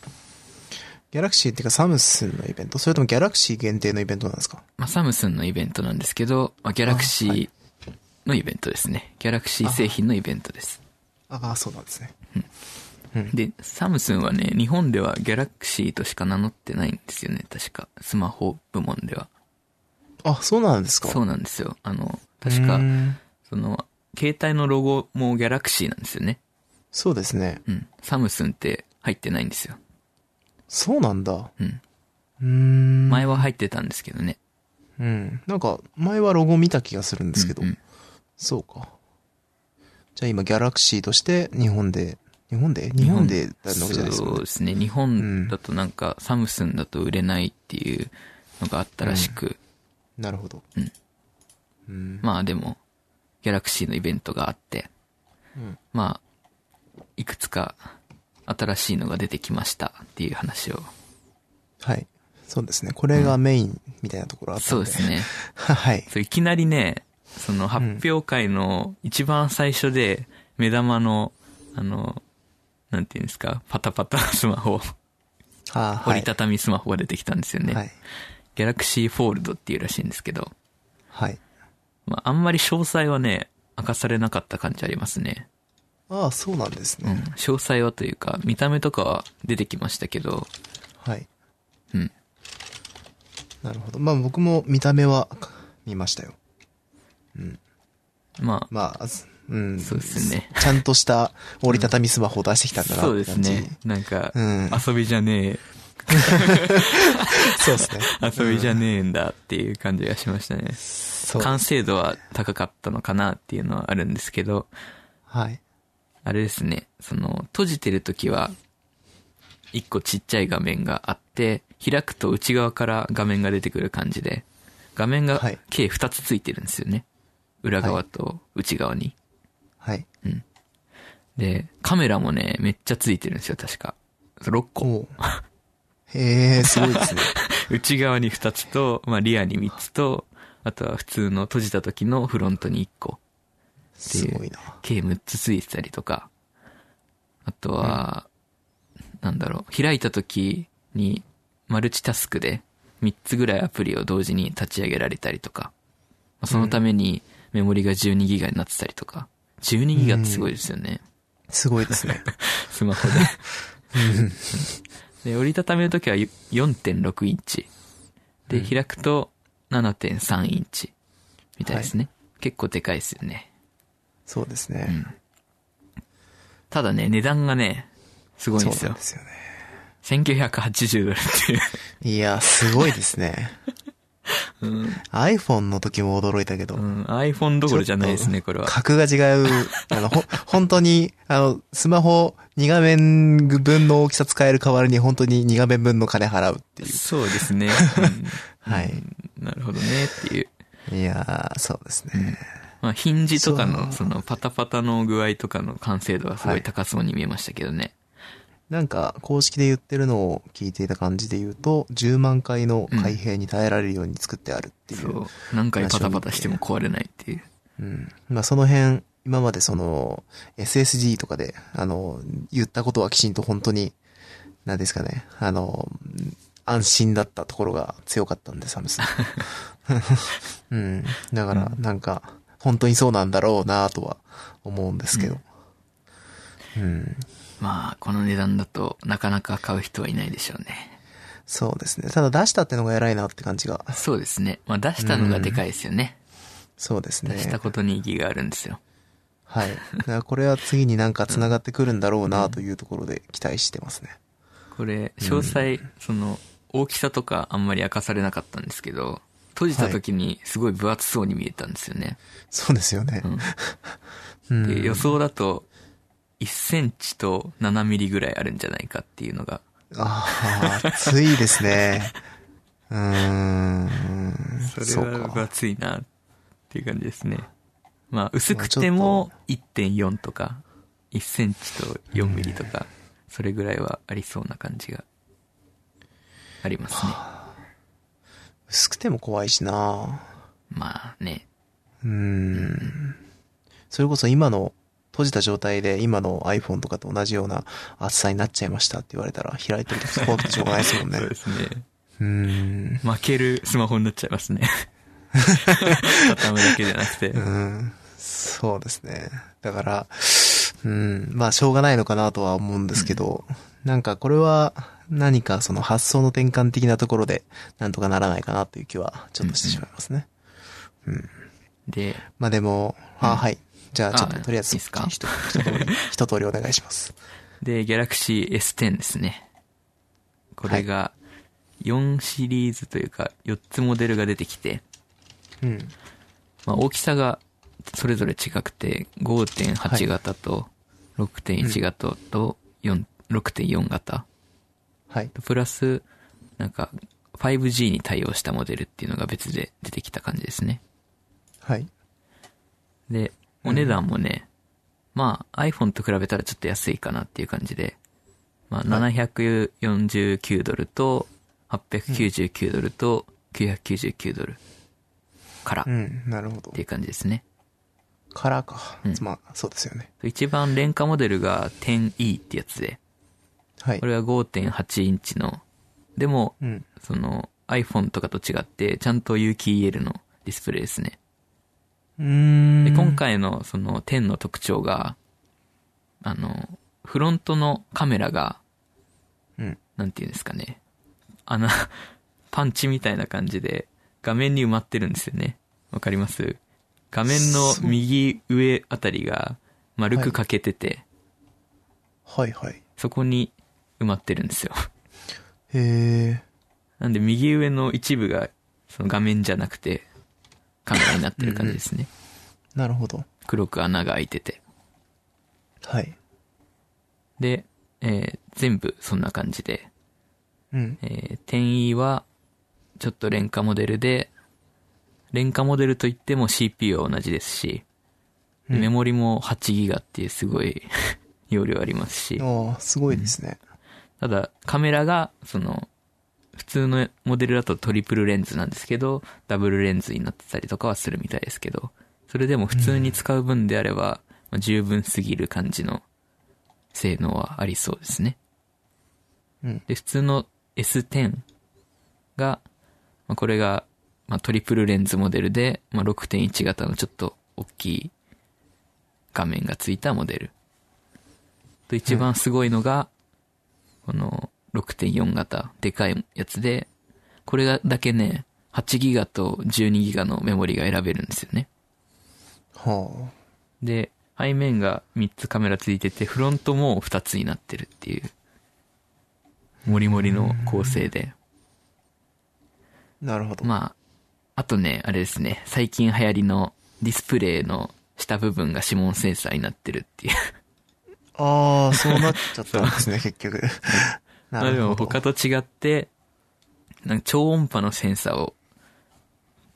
ギャラクシーっていうかサムスンのイベントそれともギャラクシー限定のイベントなんですか
まあ、サムスンのイベントなんですけど、まあ、ギャラクシーのイベントですね。ギャラクシー製品のイベントです。
ああ、そうなんですね。
で、サムスンはね、日本ではギャラクシーとしか名乗ってないんですよね、確か。スマホ部門では。
あ、そうなんですか
そうなんですよ。あの、確
うー
か、
ん
その、携帯のロゴもギャラクシーなんですよね。
そうですね。
うん。サムスンって入ってないんですよ。
そうなんだ。
うん。
うーん。
前は入ってたんですけどね。
うん。なんか、前はロゴ見た気がするんですけど。
うんうん
そうか。じゃあ今、ギャラクシーとして日本で、日本で日本でだるわけじゃないです
そ
か、
うですね。日本だとなんか、サムスンだと売れないっていうのがあったらしく、
なるほど。
うん
うん。
まあでも、ギャラクシーのイベントがあって、
うん
まあ、いくつか新しいのが出てきましたっていう話を。
はい。そうですね。これがメインみたいなところあった
そ
ん
う
で。
です。ね。
はい。
そういきなりね、その発表会の一番最初で、目玉の、あの、なんていうんですか、パタパタ スマホ、
ああ、はい。
折りたたみスマホが出てきたんですよね。
はい。
ギャラクシーフォールドっていうらしいんですけど、
はい。
まあ、あんまり詳細はね、明かされなかった感じありますね。
ああ、そうなんです
うん
ね。。
詳細はというか、見た目とかは出てきましたけど、
はい。
うん。
なるほど。まあ僕も見た目は見ましたよ。
まあ、
まあ、うん。
そうですね。
ちゃんとした折りたたみスマホを出してきたんだな
そうですね。なんか、
うん
遊びじゃねえ、
そうですね。
遊びじゃねえんだっていう感じがしましたね。
そう。
完成度は高かったのかなっていうのはあるんですけど、
はい。
あれですね、その、閉じてる時は、一個ちっちゃい画面があって、開くと内側から画面が出てくる感じで、画面が
はい
計2つついてるんですよね。裏側と内側に。
はい。
で、カメラもね、めっちゃついてるんですよ、確か。6個。
こう。 へえ、すごい ですね。
内側に2つと、まあ、リアに3つと、あとは普通の閉じた時のフロントに1個。
すごいな。
計6つついてたりとか、あとは、なんだろう、開いた時にマルチタスクで3つぐらいアプリを同時に立ち上げられたりとか、まあそのためにメモリが12ギガになってたりとか、12ギガってすごいですよね、
すごいですね。
スマホで。 で、折りたたみの時は4.6インチ。で、開くと7.3インチ。みたいですね。結構でかいですよね。
そうですね。
ただね、値段がね、すごいん
そ
で
う
す
なん
よ
で。すよね。
1980ドルっていう。
いや、すごいですね。iPhone の時も驚いたけど
う。ん、iPhone どころじゃないですね、これは。
格が違う。あの、ほ、本当に、あの、スマホ2画面分の大きさ使える代わりに本当に2画面分の金払うっていう。
そうで すね。うん
はい
うんなるほどね、っていう。
いやー、そうですね。
まあ、ヒンジとか
そう
の、その、パタパタの具合とかの完成度はすごい高そうに見えましたけどね。
なんか、公式で言ってるのを聞いていた感じで言うと、10万回の開閉に耐えられるように作ってあるっていう。
そう。何回パタパタしても壊れないっていう。
うん。まあその辺、今までその、SSD とかで、あの、言ったことはきちんと本当に、なんですかね、あの、安心だったところが強かったんで、サム スン。うん。だから、なんか、本当にそうなんだろうなとは思うんですけど。うん。
まあ、この値段だとなかなか買う人はいないでしょうね。
そうですね。ただ出したってのが偉いなって感じが。
そうですね。まあ出したのがでかいですよね。
そうですね。
出したことに意義があるんですよ。
はい。だからこれは次になんか繋がってくるんだろうなというところで期待してますね。
これ、詳細、その、大きさとかあんまり明かされなかったんですけど、閉じた時にすごい分厚そうに見えたんですよね。
そうですよね。う
うん、で
ん。
予想だと、1センチと7ミリぐらいあるんじゃないかっていうのが、
ああ、暑いですね。うーん。
それは分
か。
厚いなっていう感じですね。まあ、薄くても1.4とか、1センチと4ミリとか、それぐらいはありそうな感じがありますね。
薄くても怖いしな
まあね。
うーん。それこそ今の、閉じた状態で今の iPhone とかと同じような厚さになっちゃいましたって言われたら開いてると怖くてしょうがないです もんね。う
すね。
ーん。
負けるスマホになっちゃい ますね。畳むだけじゃなくて。
うん。そうですね。だから、うん。まあ、しょうがないのかなとは思うんですけど、なんかこれは何かその発想の転換的なところでなんとかならないかなという気はちょっとしてしまいますね。
で、
まあでも、あ、はい。じゃあちょっと
あ
とりあえず
いいっすか
一通り、一通りお願いします。
で、Galaxy S10 ですね。これが、4シリーズというか、4つモデルが出てきて、
うん。
まあ、大きさがそれぞれ違くて、5.8型と6.1型と4 6.4型。
はい。
プラス、なんか、5G に対応したモデルっていうのが別で出てきた感じですね。
はい。
で、
うん
お値段もね、まあ iPhone と比べたらちょっと安いかなっていう感じで、まあ
は
749ドルと899ドルと999ドルから
う
っ
ん。なるほど
てい。う感じですね。
カラーか。
うん
まあ、そうですよね。
一番廉価モデルが 10E ってやつで、
はい
こ。れは5.8インチの、でも、
うん。
その iPhone とかと違ってちゃんと有機 EL のディスプレイですね。
うーん。
で、今回のその10の特徴が、あの、フロントのカメラが、
うん
なんていうんですかね。穴、 パンチみたいな感じで、画面に埋まってるんですよね。わかります画面の
そう
右上あたりが丸く欠けてて、
はいはい。
そこに埋まってるんですよ。
へえ。
なんで右上の一部が、その画面じゃなくて、カメラになってる感じですね。
なるほど。
黒く穴が開いてて。
はい。
で、えー全部そんな感じで、
うん。
えー、10E は、ちょっと廉価モデルで、廉価モデルといっても CPU は同じですし、
うん
メモリも 8GB っていうすごい 容量ありますし、
ああ、すごいですね。
ただカメラが、その、普通のモデルだとトリプルレンズなんですけど、ダブルレンズになってたりとかはするみたいですけど、それでも普通に使う分であれば、まあ十分すぎる感じの性能はありそうですね。
うん。
で、普通の S10 が、まあ、これが、まあ、トリプルレンズモデルで、まあ、6.1型のちょっと大きい画面がついたモデル。と、一番すごいのが、この6.4型、でかいやつで、これがだけね、8ギガと12ギガのメモリが選べるんですよね。
は
で、背面が3つカメラついてて、フロントも2つになってるっていう、モリモリの構成で。
あ。なるほど。
まあ、あとね、あれですね、最近流行りのディスプレイの下部分が指紋センサーになってるっていう。
ああ、そうなっちゃったんですね、結局。な
まあで
るほ
も
ど。
他と違って、なんか超音波のセンサーを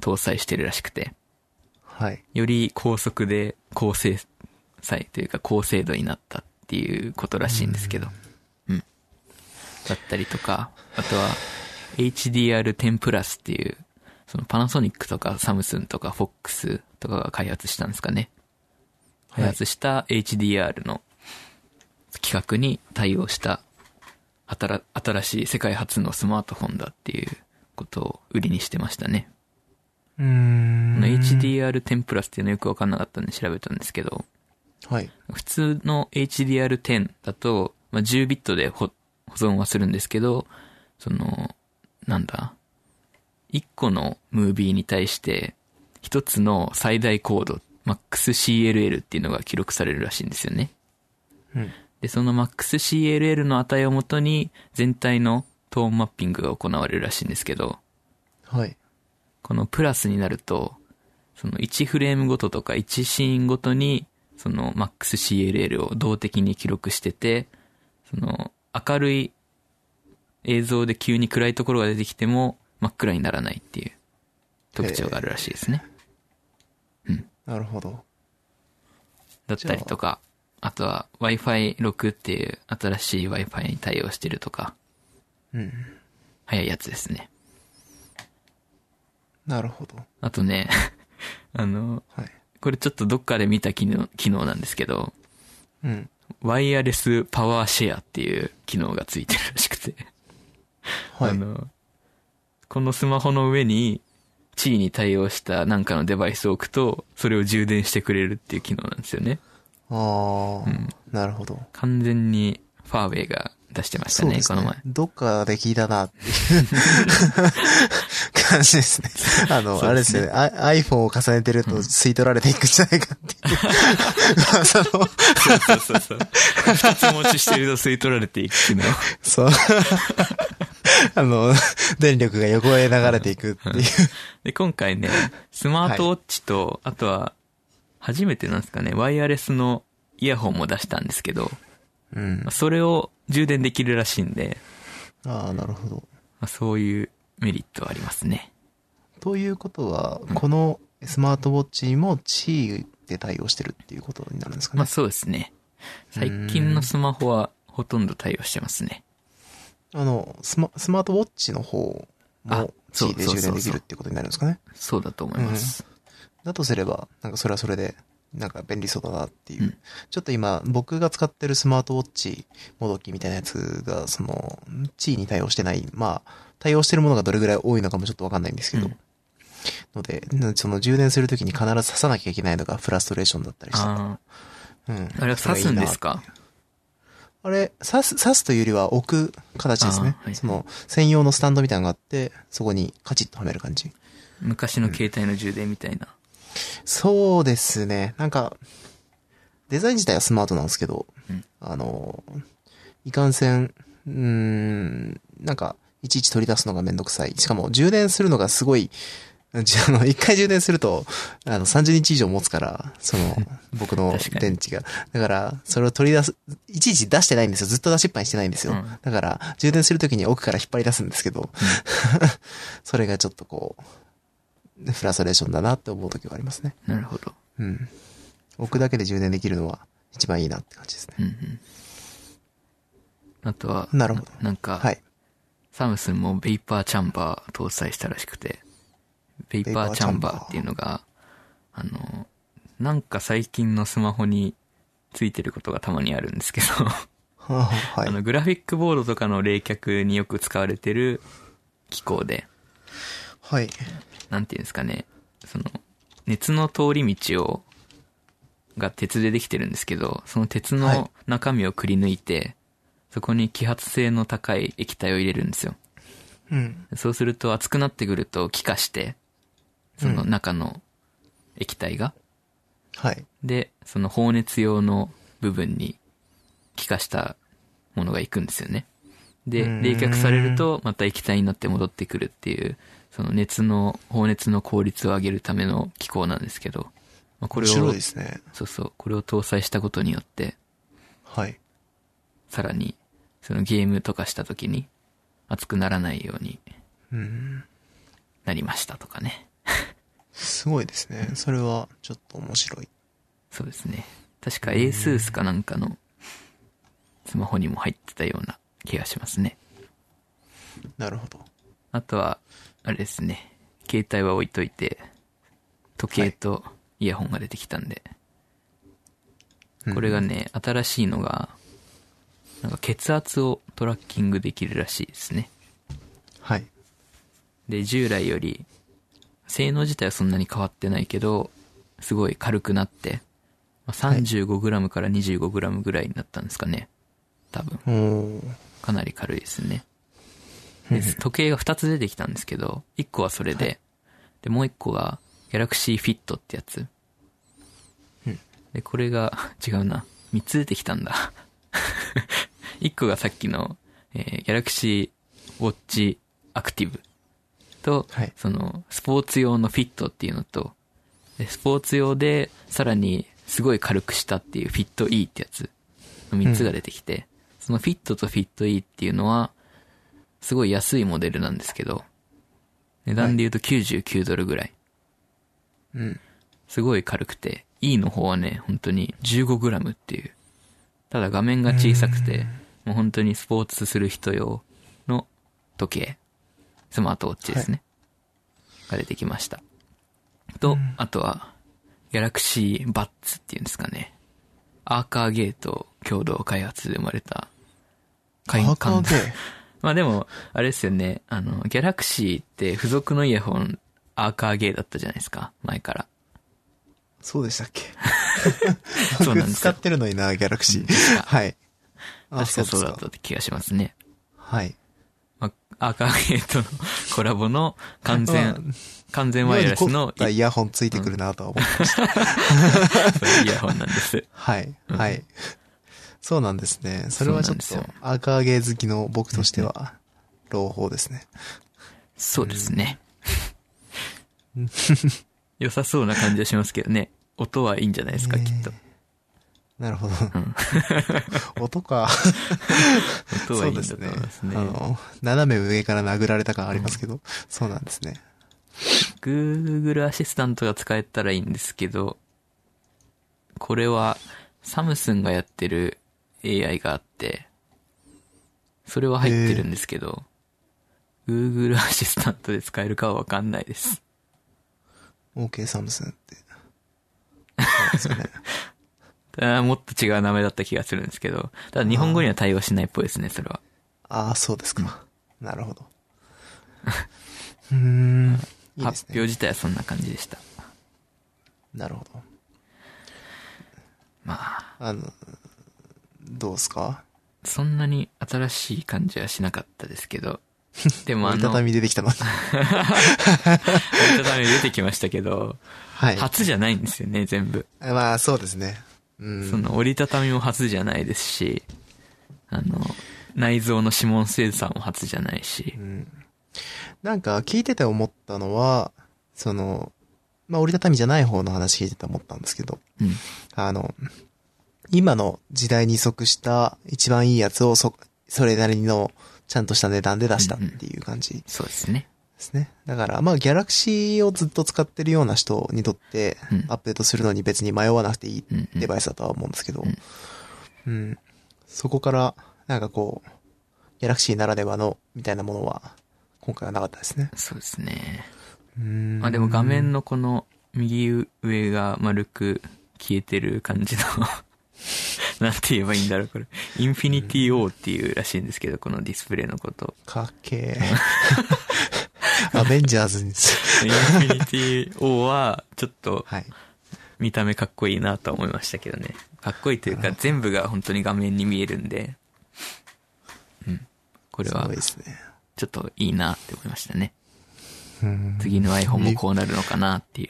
搭載してるらしくて、
はい。
より高速で高精細というか高精度になったっていうことらしいんですけど。うん。だったりとか、あとは HDR10 プラスっていう、そのパナソニックとかサムスンとかフォックスとかが開発したんですかね。
はい
開発した HDR の企画に対応した新新しい世界初のスマートフォンだっていうことを売りにしてましたね。
うーん。
HDR10 プラスっていうのよくわかんなかったんで調べたんですけど、
はい。
普通の HDR10 だと、まあ、10ビットで保保存はするんですけど、その、なんだ、1個のムービーに対して、1つの最大高度、MaxCLL っていうのが記録されるらしいんですよね。
うん。
で、その MaxCLL の値をもとに、全体のトーンマッピングが行われるらしいんですけど、
はい。
このプラスになると、その1フレームごととか1シーンごとに、その MaxCLL を動的に記録してて、その明るい映像で急に暗いところが出てきても真っ暗にならないっていう特徴があるらしいですね。
なるほど。
だったりとか、あとは Wi-Fi6 っていう新しい Wi-Fi に対応してるとか、
うん。
早いやつですね。
なるほど。
あとね、 あの、
はい。
これちょっとどっかで見た機能機能なんですけど、
うん。
ワイヤレスパワーシェアっていう機能がついてるらしくて、
は
あ
い。
の、このスマホの上に、地位に対応したなんかのデバイスを置くと、それを充電してくれるっていう機能なんですよね。
あ
うん
あ、なるほど。
完全にファーウェイが出してました
そう
ね、
です
この前。
どっかで聞いたなっていう 感じですね。あの、
そう
あれ
で
ですすよ
ね
ね。あ iPhone を重ねてると吸い取られていくんじゃないかっていう。まあその、
そうそうそう。二つ持ちしてると吸い取られていく 機能。
そう。あの、電力が横へ流れていくっていう。
で、今回ね、スマートウォッチと、あとは、初めてなんですかね、ワイヤレスのイヤホンも出したんですけど、
うん
まあ。それを充電できるらしいんで、
ああ、なるほど。
まあ、そういうメリットはありますね。
ということは、このスマートウォッチも地位で対応してるっていうことになるんですか
まあ
ね。
そうですね。最近のスマホはほとんど対応してますね。
あのスマ、スマートウォッチの方
あ
も地位で
そうそ
充
うそうそう
電できるっていうことになるんですかね。
そうだと思います。
だとすれば、なんかそれはそれで、なんか便利そうだなっていう。
うん
ちょっと今、僕が使ってるスマートウォッチもどきみたいなやつが、その、地位に対応してない、まあ、対応してるものがどれぐらい多いのかもちょっとわかんないんですけど、
うん
ので、なその充電するときに必ず刺さなきゃいけないのがフラストレーションだったりして。
あ
うん
あ、あれは刺すんですか
あれ、刺す、刺すというよりは置く形ですね
あ。ーはい
その、専用のスタンドみたいなのがあって、そこにカチッとはめる感じ。
昔の携帯の充電みたいな。
そうですね。なんか、デザイン自体はスマートなんですけど、
うん
あの、いかんせん、うーん、なんか、いちいち取り出すのがめんどくさい。しかも、充電するのがすごい、じ ゃああの、一回充電すると、あの、30日以上持つから、そ の、僕の
確かに
電池が。だから、それを取り出す、いちいち出してないんですよ。ずっと出しっぱにしてないんですよ。
うん
だから、充電するときに奥から引っ張り出すんですけど、 それがちょっとこう、フラストレーションだなって思うときはありますね。
なるほど。
うん。置くだけで充電できるのは一番いいなって感じですね。
うんうん。あとは、
なるほど
なんか、
はい。
サムスンもベイパーチャンバー搭載したらしくて、ベイパーチャンバーっていうのが、あの、なんか最近のスマホについてることがたまにあるんですけど、
はあは
あ
い。
の、グラフィックボードとかの冷却によく使われてる機構で、
はい。
なんていうんですかね、その、熱の通り道を、が鉄でできてるんですけど、その鉄
はい
の中身をくり抜いて、そこに揮発性の高い液体を入れるんですよ。
うん。
そうすると熱くなってくると気化して、その中の液体が、
はい。
で、その放熱用の部分に気化したものが行くんですよね。で、
うーん
冷却されるとまた液体になって戻ってくるっていう、その熱の、放熱の効率を上げるための機構なんですけど、まあ、こ
面
れ
白
を
いで、すね。
そうそう、これを搭載したことによって、
はい。
さらに、そのゲームとかした時に熱くならないように
うん。
なりましたとかね。
すごいですね。それはちょっと面白い。
そうですね。確か ASUS かなんかのスマホにも入ってたような気がしますね。
なるほど。
あとは、あれですね。携帯は置いといて、時計とイヤホンが出てきたんで。
うん
これがね、新しいのが、なんか血圧をトラッキングできるらしいですね。
はい。
で、従来より、性能自体はそんなに変わってないけど、すごい軽くなって、まあ 35g から 25g ぐらいになったんですかね。多分、
おー。
かなり軽いですね。で時計が2つ出てきたんですけど、1個はそれで、で、もう1個が、Galaxy Fit ってやつ。
うん
で、これが、 違うな。3つ出てきたんだ。1個がさっきの、えー、Galaxy Watch Active と、
はい
その、スポーツ用のフィットっていうのと、でスポーツ用で、さらに、すごい軽くしたっていうフィット E ってやつの3つが出てきて、そのフィットとフィット E っていうのは、すごい安いモデルなんですけど、値段で言うと99ドルぐらい。
うん。
すごい軽くて、E の方はね、本当に 15g っていう。ただ画面が小さくて、もう本当にスポーツする人用の時計、スマートウォッチですね。が出てきました。と、あとは、ギャラクシーバッツっていうんですかね。アーカーゲート共同開発で生まれた、開
パーカーで、
まあでも、あれですよね。あの、ギャラクシーって付属のイヤホン、アーカーゲーだったじゃないですか。前から。
そうでしたっけ
そうなんですよ
僕使ってるのにな、ギャラクシー。はい。あ、
確
そ
か
うで
そう
す
だっ
か
た。って気がしますね。
はい。
まあ、アーカーゲートのコラボの完
まあ
全、完全ワイヤレスの
イヤホンついてくるなとは思ってました。
イヤホンな んです。
はい、
うん
はい。そうなんですね。それはちょっ
そうなん
と
です、
アーカーゲー好きの僕としては、朗報ですね。
そうですね。 良さそうな感じはしますけどね。音はいいんじゃないですか、
ね
き
え
っと。
なるほど。 音か。
音は
そ
いい
うんで
だと
す
思
ね
います。ね
あ。の、斜め上から殴られた感ありますけど、そうなんですね。
Google アシスタントが使えたらいいんですけど、これはサムスンがやってる AI があって、それは入ってるんですけど、Google アシスタントで使えるかはわかんないです。
OK サムスンって。そうですよ ね。
あーもっと違う名前だった気がするんですけど、ただ日本語には対応しないっぽいですね、それは。
ああ、そうですか。なるほ ど。うーん。いいです
発表
ね。
自体はそんな感じでした。
なるほど。
まあ、
あの、どうですか
そんなに新しい感じはしなかったです けど、でもあ
折り
の、
たた
折り
み出てき たのに。
たたみ出てきましたけど、
はい。
初じゃないんですよね、全部。
まあ、そうですね。うん。
その折りたたみも初じゃないですし、あの、内臓の指紋精査も初じゃないし
う、んなんか聞いてて思ったのは、その、まあ折りたたみじゃない方の話聞いてて思ったんですけど、
うん。
あの、今の時代に即した一番いいやつをそ、それなりのちゃんとした値段で出したっていう感じ
そうですね。
ですね。だから、まあギャラクシーをずっと使ってるような人にとって
うん、
アップデートするのに別に迷わなくていい
うん、うん
デバイスだとは思うんですけど
うん、
うん。そこから、なんかこう、ギャラクシーならではの、みたいなものは、今回はなかったですね。
そうですね。
うん
まあでも画面のこの右上が丸く消えてる感じの、 なんて言えばいいんだろう、これ。インフィニティ O っていうらしいんですけど、このディスプレイの こと。
かっけえ。アベンジャーズに、
インフィニティ O は、ちょっと
はい。
見た目かっこいいなとは思いましたけどね。かっこいいというか、全部が本当に画面に見えるんで、うん。これ
すご、
はい
ですね。
ちょっといいなって思いましたね。
うん
次の iPhone もこうなるのかなっていう。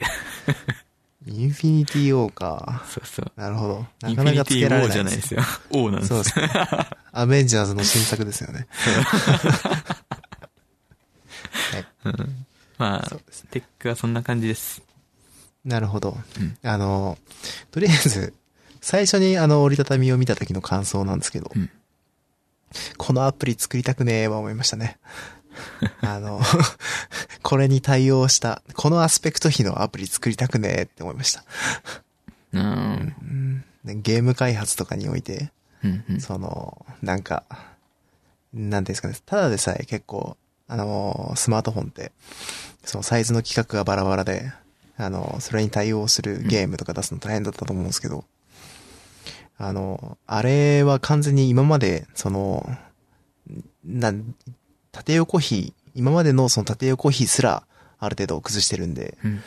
インフィニティ O か。
そうそう。
なるほど。
イ
なかな
ンフィ
か
ニ
つ
テ
けら
ィ
れ
O
な
じゃ
い
ない
で。
ですすよ。O なんです
そう
よ
ですね。アベンジャーズの新作ですよね。はい。
まあ
そうですね、
テックはそんな感じです。
なるほど。
うん
あの、とりあえず、最初にあの折りたたみを見た時の感想なんですけど、
うん
このアプリ作りたくねえは思いましたね。 あの、 これに対応した、このアスペクト比のアプリ作りたくねえって思いました。
うん。
うんでゲーム開発とかにおいて、
うんうん
その、なんか、なんていうんですかね、ただでさえ結構、あのースマートフォンって、そのサイズの規格がバラバラで、あのーそれに対応するゲームとか出すの大変だったと思うんですけど、あのーあれは完全に今まで、その、なん、縦横比、今までのその縦横比すら、ある程度崩してるんで、
うん。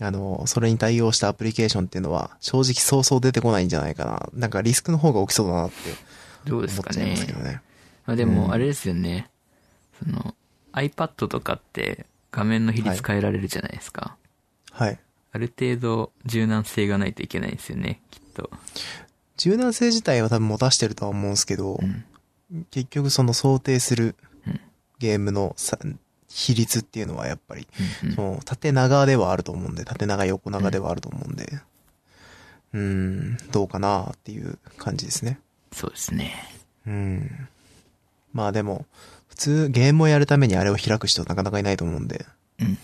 あの、それに対応したアプリケーションっていうのは、正直そうそう出てこないんじゃないかな。なんかリスクの方が起きそうだなって
どう
思
で
っ
すか
ちゃい
ね
ますけ。どね。
まあで
うん
も、あれですよね。その、iPad とかって画面の比率変えられるじゃないですか。
はい。
ある程度柔軟性がないといけないんですよね、きっと。
柔軟性自体は多分持たしてるとは思うんですけど、
うん。
結局その想定する
うん
ゲームのさ比率っていうのはやっぱり、
うんうん
その縦長ではあると思うんで、縦長横長ではあると思うんで、うーん、どうかなっていう感じですね。
そうですね。
うん。まあでも、普通ゲームをやるためにあれを開く人なかなかいないと思うんで、
うん。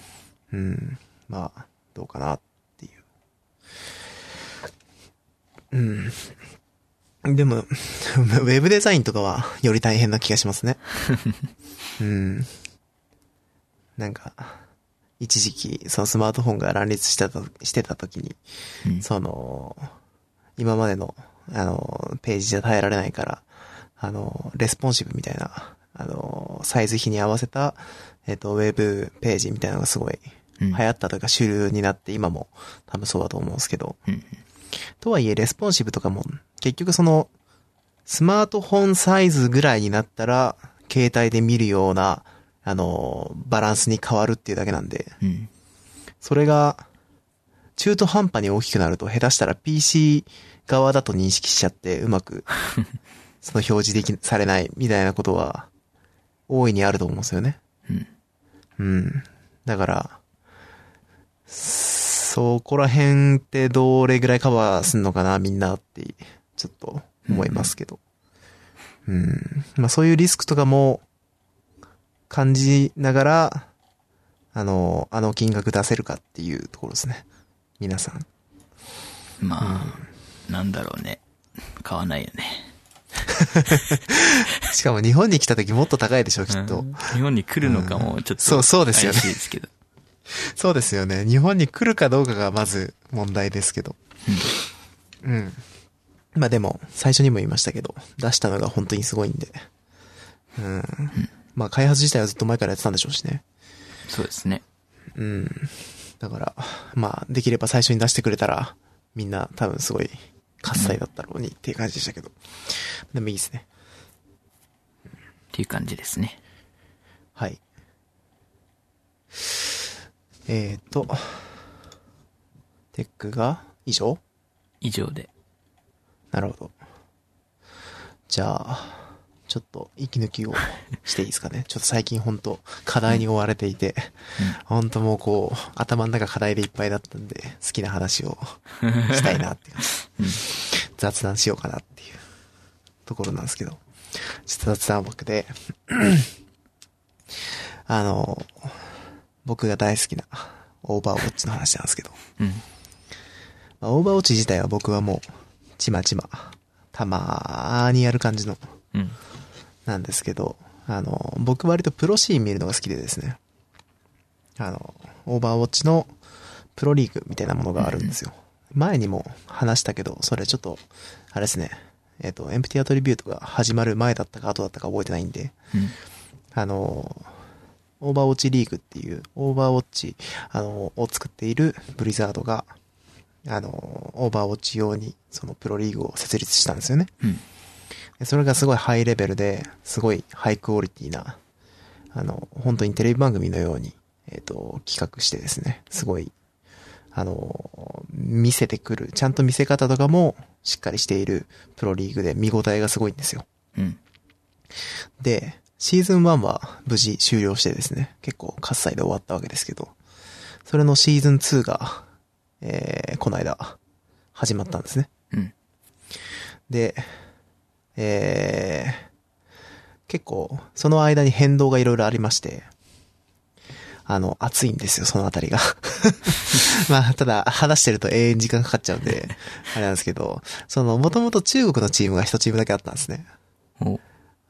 うん。まあ、どうかなっていう。うん。でも、ウ ェブデザインとかはより大変な気がし ますね。うん。なんか、一時期、そのスマートフォンが乱立してた、してた時に、
うん
その、今までの、あの、ページじゃ耐えられないから、あの、レスポンシブみたいな、あの、サイズ比に合わせた、えっ、と、ウェブページみたいなのがすごい
うん
流行ったというか主流になって今も多分そうだと思うんですけど、
うん。
とはいえレスポンシブとかも結局そのスマートフォンサイズぐらいになったら携帯で見るようなあのバランスに変わるっていうだけなんで、
うん。
それが中途半端に大きくなると下手したら PC 側だと認識しちゃってうまくその表示でき、されないみたいなことは大いにあると思うんですよね。
うん。
うん。だから、そこら辺ってどれぐらいカバーすんのかな、みんなって、ちょっと思いますけど。うん。まあそういうリスクとかも感じながら、あの、あの金額出せるかっていうところですね。皆さん。
まあ、なんだろうね。買わないよね。
しかも日本に来た時もっと高いでしょ、きっと。
うん日本に来るのかも、ちょっと。
そうそうですよね
怪しいですけど。
そうですよね。日本に来るかどうかがまず問題ですけど。うん。まあでも、最初にも言いましたけど、出したのが本当にすごいんで。うん。まあ開発自体はずっと前からやってたんでしょうしね。
そうですね。
うん。だから、まあ、できれば最初に出してくれたら、みんな多分すごい、喝采だったろうにっていう感じでしたけど。でもいいですね。
っていう感じですね。
はい。えーと、テックが以上
以上で。
なるほど。じゃあ、ちょっと息抜きをしていいですかね。ちょっと最近本当課題に追われていて、本当もうこう、頭の中課題でいっぱいだったんで、好きな話をしたいなっていう感じ、雑談しようかなっていうところなんですけど、ちょっと雑談枠で、あの、僕が大好きなオーバーウォッチの話なんですけど、
うん。
まあオーバーウォッチ自体は僕はもう、ちまちま、たまーにやる感じの、
うん。
なんですけど、あの、僕割とプロシーン見るのが好きでですね。あの、オーバーウォッチのプロリーグみたいなものがあるんですよ。前にも話したけど、それちょっと、あれですね。えっ、と、エンプティアトリビュートが始まる前だったか後だったか覚えてないんで、
うん。
あの、オーバーウォッチリーグっていう、オーバーウォッチ、あの、を作っているブリザードが、あの、オーバーウォッチ用に、そのプロリーグを設立したんですよね。
うん。
でそれがすごいハイレベルで、すごいハイクオリティな、あの、本当にテレビ番組のように、えっ、と、企画してですね、すごい、あの、見せてくる、ちゃんと見せ方とかもしっかりしているプロリーグで見応えがすごいんですよ。
うん。
で、シーズン1は無事終了してですね、結構喝采で終わったわけですけど、それのシーズン2が、えー、この間、始まったんですね。
うん。
で、えー、結構、その間に変動がいろいろありまして、あの、暑いんですよ、そのあたりが。 まあ、ただ、話してると永遠に時間かかっちゃうんで、あれなんですけど、その、もともと中国のチームが一チームだけあったんですね。
お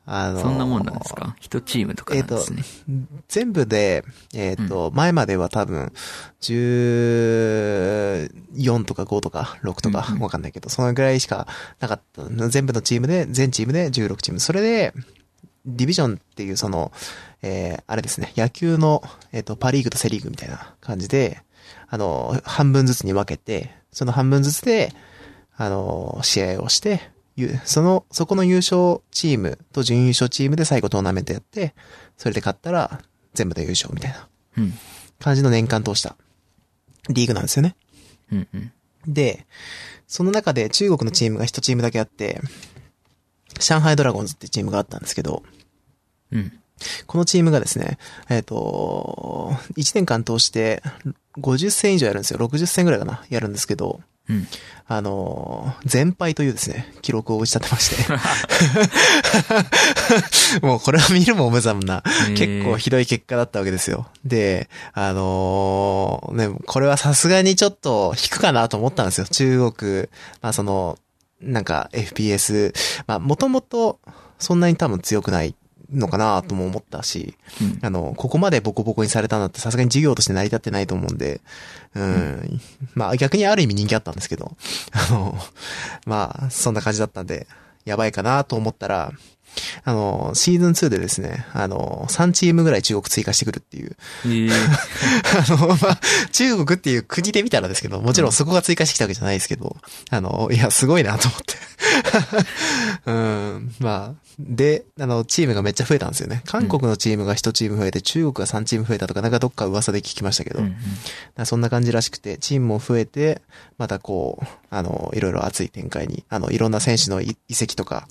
あのー
そんなもんなんですか一チームとかなんですね。
全部で、えっ、と、前までは多分、14とか5とか6と
うん
か
う、ん
わかんないけど、そのぐらいしかなかった。全部のチームで、全チームで16チーム。それで、ディビジョンっていうその、えー、あれですね、野球の、えっ、と、パリーグとセリーグみたいな感じで、あの、半分ずつに分けて、その半分ずつで、あの、試合をして、ゆその、そこの優勝チームと準優勝チームで最後トーナメントやって、それで勝ったら全部で優勝みたいな
うん。
感じの年間通したリーグなんですよね。
うんうん。
で、その中で中国のチームが一チームだけあって、上海ドラゴンズっていうチームがあったんですけど、
うん。
このチームがですね、えっ、と、1年間通して50戦以上やるんですよ。60戦ぐらいかな、やるんですけど、
うん。
あのー全敗というですね、記録を打ち立てまして。もうこれは見るも無残な、
へー
結構ひどい結果だったわけですよ。で、あのーね、これはさすがにちょっと引くかなと思ったんですよ。中国、まあその、なんか FPS、まあもともとそんなに多分強くないのかなとも思ったし、
うん
あの、ここまでボコボコにされたんだってさすがに事業として成り立ってないと思うんで、うん、まあ逆にある意味人気あったんですけど、 あの、まあそんな感じだったんで、やばいかなと思ったら、あの、シーズン2でですね、あの、3チームぐらい中国追加してくるっていう、
ええ
あの、 まあ、中国っていう国で見たらですけど、もちろんそこが追加してきたわけじゃないですけど、あの、いや、すごいなと思って。 うん、まあ、で、あの、チームがめっちゃ増えたんですよね。韓国のチームが1チーム増えて、中国が3チーム増えたとか、なんかどっか噂で聞きましたけど、
うんう
だ
ん
からそんな感じらしくて、チームも増えて、またこう、あの、いろいろ熱い展開に、あの、いろんな選手のい移籍とか、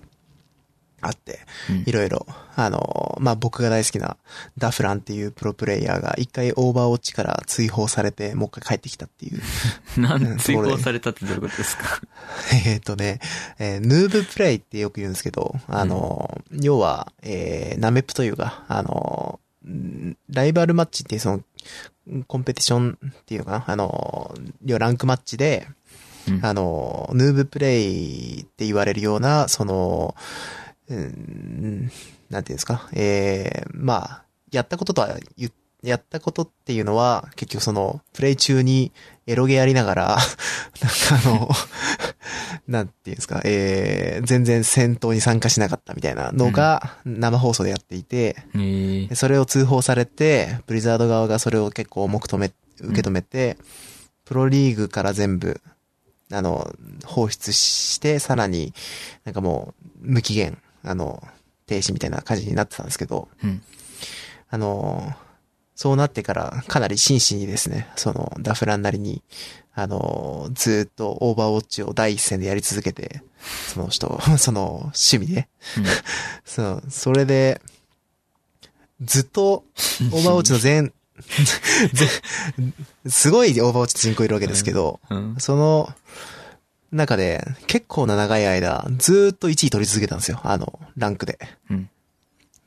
あって、
うん
いろいろ、あの、まあ、僕が大好きなダフランっていうプロプレイヤーが一回オーバーウォッチから追放されて、もう一回帰ってきたっていう。
なん、追放されたってどういうことですか
えっとね、えーヌーブプレイってよく言うんですけど、あの、要は、えーナメプというか、あの、んライバルマッチっていうその、コンペティションっていうのかなあの、要はランクマッチで、
うん
あの、ヌーブプレイって言われるような、その、うん、なんていうんですか、えー、まあ、やったこととは言っやったことっていうのは、結局その、プレイ中にエロゲやりながら、 なんかあの、なんていうんですか、えー、全然戦闘に参加しなかったみたいなのが生放送でやっていて、
ええ
でそれを通報されて、ブリザード側がそれを結構重く止め、受け止めて、プロリーグから全部、あの、放出して、さらに、なんかもう、無期限、あの、停止みたいな感じになってたんですけど、
うん。
あの、そうなってから、かなり真摯にですね、その、ダフランなりに、あの、ずーっとオーバーウォッチを第一線でやり続けて、その人、 その、趣味で、
うん
そう、それで、ずっと、オーバーウォッチの 全、全すごいオーバーウォッチ人口いるわけですけど、
うん。
その中で結構な長い間、ずーっと1位取り続けたんですよ、あの、ランクで。
うん。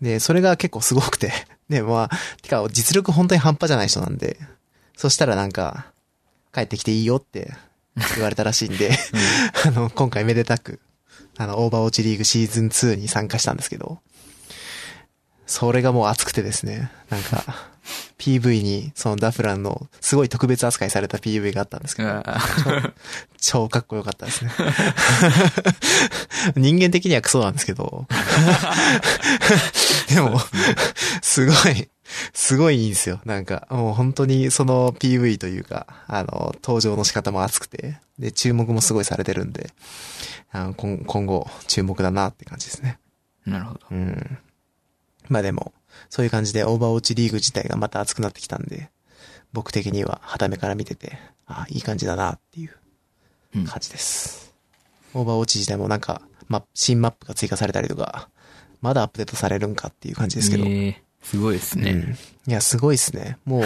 で、それが結構すごくて。 で、まあ、てか、実力本当に半端じゃない人なんで、そしたらなんか、帰ってきていいよって言われたらしいんで、あの、今回めでたく、あの、オーバーウォッチリーグシーズン2に参加したんですけど、それがもう熱くてですね、なんか、PV に、そのダフランの、すごい特別扱いされた PV があったんですけ
う
ど、
わ
超かっこよかったですね。 人間的にはクソなんですけど。でも、すごい、すごいいいんですよ。なんか、もう本当にその PV というか、あの、登場の仕方も熱くて、で、注目もすごいされてるんで、あの今今後、注目だなって感じですね。
なるほど。
うん。まあでも、そういう感じでオーバーウォッチリーグ自体がまた熱くなってきたんで、僕的には旗目から見てて、あいい感じだなっていう
うん
感じです。オーバーウォッチ自体もなんか、ま、新マップが追加されたりとか、まだアップデートされるんかっていう感じですけど。
ええすごいです
う
ね。
ん。いや、すごいですね。 もう、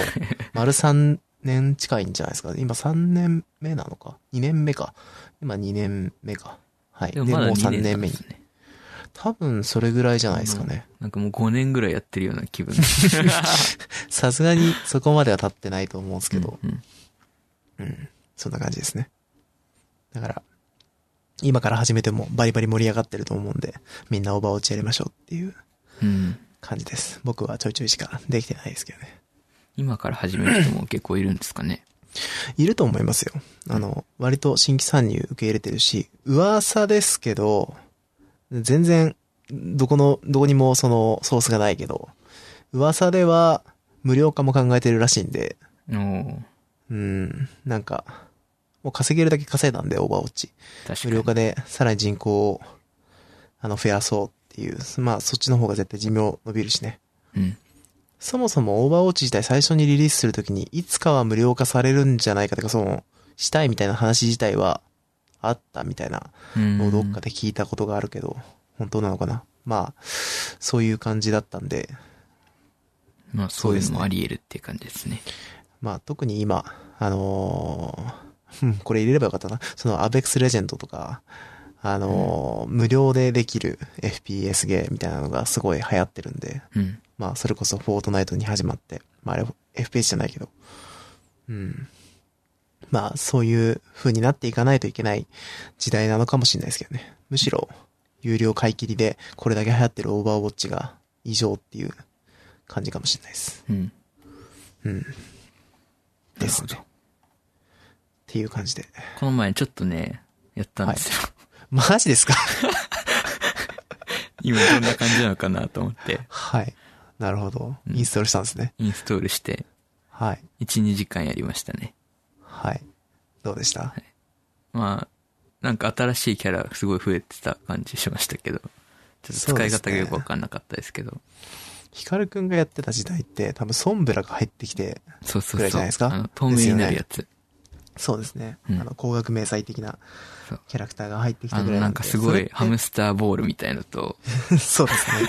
丸3年近いんじゃないですか。今3年目なのか。2年目か。今2年目か。はい。
でもまだ
もう
2
3
年
年目
目で
に。
すね。
多分それぐらいじゃないですかね。
なんかもう5年ぐらいやってるような気分。
さすがにそこまでは経ってないと思うんですけど、
うん。
そんな感じですね。だから、今から始めてもバリバリ盛り上がってると思うんで、みんなオーバーウォッチやりましょうっていう
うん。
感じです。僕はちょいちょいしかできてないですけどね。
今から始める人も結構いるんですかね。
いると思いますよ。あの、割と新規参入受け入れてるし、噂ですけど、全然、どこの、どこにもそのソースがないけど、噂では無料化も考えてるらしいんで、
おー
うん、なんか、もう稼げるだけ稼いだんで、オーバーウォッチ。
確か
無
に。
料化でさらに人口を、あの、増やそうっていう、まあそっちの方が絶対寿命伸びるしね。
うん。
そもそもオーバーウォッチ自体最初にリリースするときに、いつかは無料化されるんじゃないかとか、その、したいみたいな話自体はあったみたいな
うん
のをどっかで聞いたことがあるけど、本当なのかなまあ、そういう感じだったんで、
まあそういうのもあり得るっていう感じですね。
まあ特に今、あのーうん、これ入れればよかったな。そのアベックスレジェンドとか、あのー無料でできる FPS ゲーみたいなのがすごい流行ってるんで、
うん。
まあ、それこそフォートナイトに始まって、まあ、あれ、FPS じゃないけど、うん。まあ、そういう風になっていかないといけない時代なのかもしれないですけどね。むしろ、有料買い切りで、これだけ流行ってるオーバーウォッチが異常っていう感じかもしれないです。
うん。
うん。です
なる
ね。
ほ
っていう感じで。
この前ちょっとね、やったんですよ。
マジですか
今どんな感じなのかなと思って、
はい。なるほど。
うん
インストールしたんですね。
インストールして、
はい。
1、2時間やりましたね。
はい。どうでした、
まあ、なんか新しいキャラすごい増えてた感じしましたけど、ちょっと
そう
使い
ですね
方がよくわかんなかったですけど、
ヒカルくんがやってた時代って、多分ソンブラが入ってきて、
そうそう
ぐら
そう。
いじゃないですか
あの透明になるやつ。
そうですね。
うん
あの、工学迷彩的な
そう
キャラクターが入ってき
あ
たぐ
の、
らい
なん
で
かすごいハム
そ
スターボールみたいのと、
れって そうですね。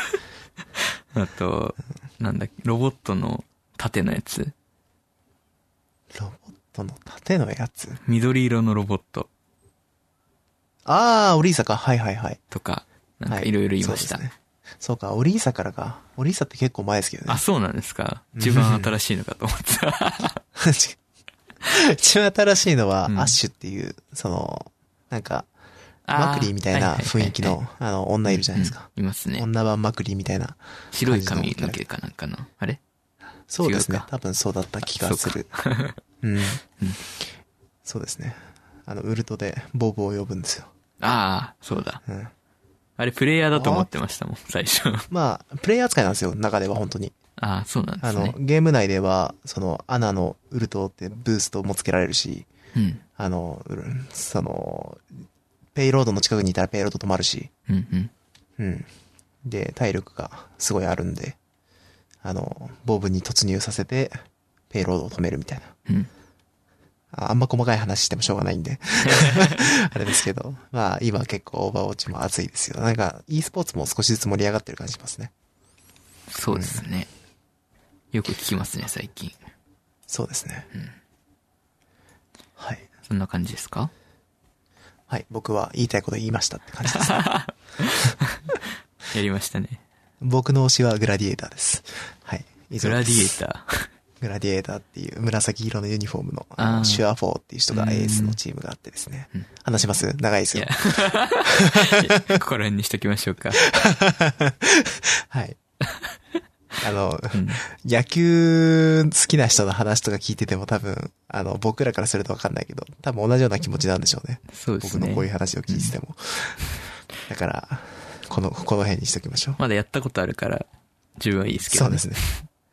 あと、なんだっけ、ロボットの縦のやつ。
ロボットの縦のやつ。
緑色のロボット
あー、オリーサか。はいはいはい。
とか、なん
は
かいろいろ言いました。
そうですねそうか、オリーサからか。オリーサって結構前ですけどね
あ、。そうなんですか。自分新しいのかと思って
違
た。
う 一番新しいのは、
うん
アッシュっていう、その、なんか、
あー
マクリーみたいな雰囲気
はいはいはい
の、あの、女いるじゃないですか。
うんいますね。
女版マクリーみたいな。
白い髪の毛かなんかの。あれ
そうです
違う
ね
か。
多分そうだった気がする。うん。そうですね。あの、ウルトでボーボーを呼ぶんですよ。
ああ、そうだ。
うん。
あれプレイヤーだと思ってましたもん、最初。
まあ、プレイヤー扱いなんですよ、中では本当に。
ああ、そうなんで
あ
す
の、
ね。
ゲーム内では、その、アナのウルトってブーストもつけられるし、
うん。
あの、ウルその、ペイロードの近くにいたらペイロード止まるし、
うんうん。
うん。で、体力がすごいあるんで、あの、ボブに突入させて、ペイロードを止めるみたいな。
うん。
ああんま細かい話してもしょうがないん で。 あれですけど。まあ今結構オーバーウォッチも熱いですよ。なんか e スポーツも少しずつ盛り上がってる感じしますね。
そうですね。よく聞きますね、最近。
そうですね。はい。
そんな感じですか
はい。僕は言いたいこと言いましたって感じです。
やりましたね。
僕の推しはグラディエーターです。はい。以
グ
上
ラ
で
デ
す
ィエーター。
グラディエーターっていう紫色のユニフォームのあ
あー
のシュアフォーっていう人が
うん
エースのチームがあってですね
うん。
話します長いです
い
よ
や。。ここら辺にしときましょうか。
はい。あの、
うん。
野球好きな人の話とか聞いてても多分、あの、僕らからするとわかんないけど、多分同じような気持ちなんでしょうね。
そうです
僕のこういう
ね。
話を聞いてても。だから、この、この辺にしときましょう。
まだやったことあるから、自分はいいですけ
そう
ど
で
ね。
すね。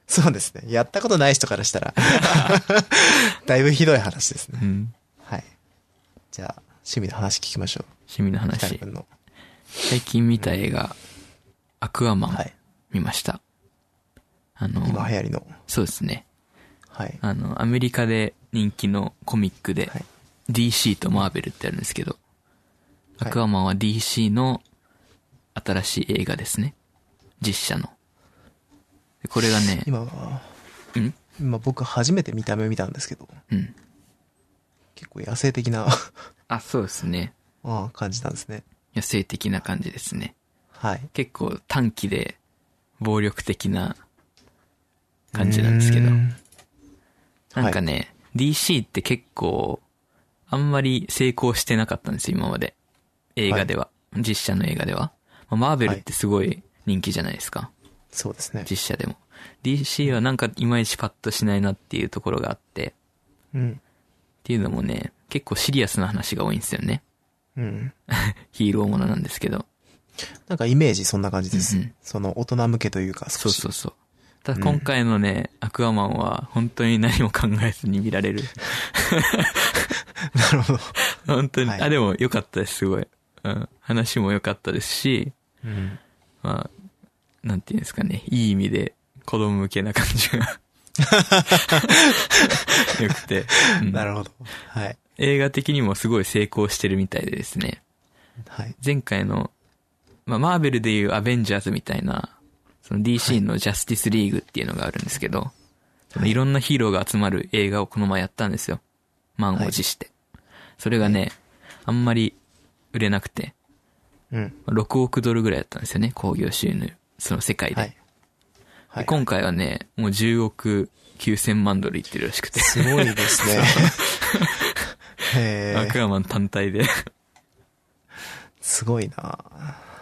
そうですね。やったことない人から したら、だいぶひどい話ですね。
うん。
はい。じゃあ、趣味の話聞きましょう。
趣味の
ヒカル
話。
君の。
最近見た映画、アクアマ
は
ン
い。
見ました。あの、
今流行りの。
そうですね。
はい。
あの、アメリカで人気のコミックで、
はい
DC とマーベルってあるんですけど、
はい
アクアマンは DC の新しい映画ですね。実写の。でこれがね、
今は、
うん
今僕初めて見た目見たんですけど、
うん。
結構野生的な
あ、そうですね。
ああ感じなんですね。
野生的な感じですね。
はい。
結構短期で暴力的な感じなんですけど
うー。ん
なんかね、DC って結構、あんまり成功してなかったんですよ、今まで。映画では、実写の映画では。まあマーベルってすごい人気じゃないですか。
そうですね。
実写でも。DC はなんかいまいちパッとしないなっていうところがあって、っ
うん。
ていうのもね、結構シリアスな話が多いんですよね。
うん。
ヒーローものなんですけど。
なんかイメージそんな感じです。
うんうん
その大人向けというか、少
そう
し。
そうそう。ただ今回のね、アクアマンは本当に何も考えずに見られる。
なるほど。
本当に、
はい
あ、でも良かったです、すごい。うん。話も良かったですし、
うん。
まあ、なんていうんですかね、いい意味で子供向けな感 じが。よくて、うん
なるほど。はい。
映画的にもすごい成功してるみたいでですね。
はい。
前回の、まあ、マーベルでいうアベンジャーズみたいな、その DC のジャスティスリーグっていうのがあるんですけど、そのいろんなヒーローが集まる映画をこの前やったんですよ。満を持して。それがね、あんまり売れなくて、
うん。
6億ドルぐらいだったんですよね、興行収入。その世界で。
はい。は
で
い。
今回はね、もう10億9000万ドルいってるらしくて、
すごい ですね。へ
ア
え。
クアマン単体 で、
すごいな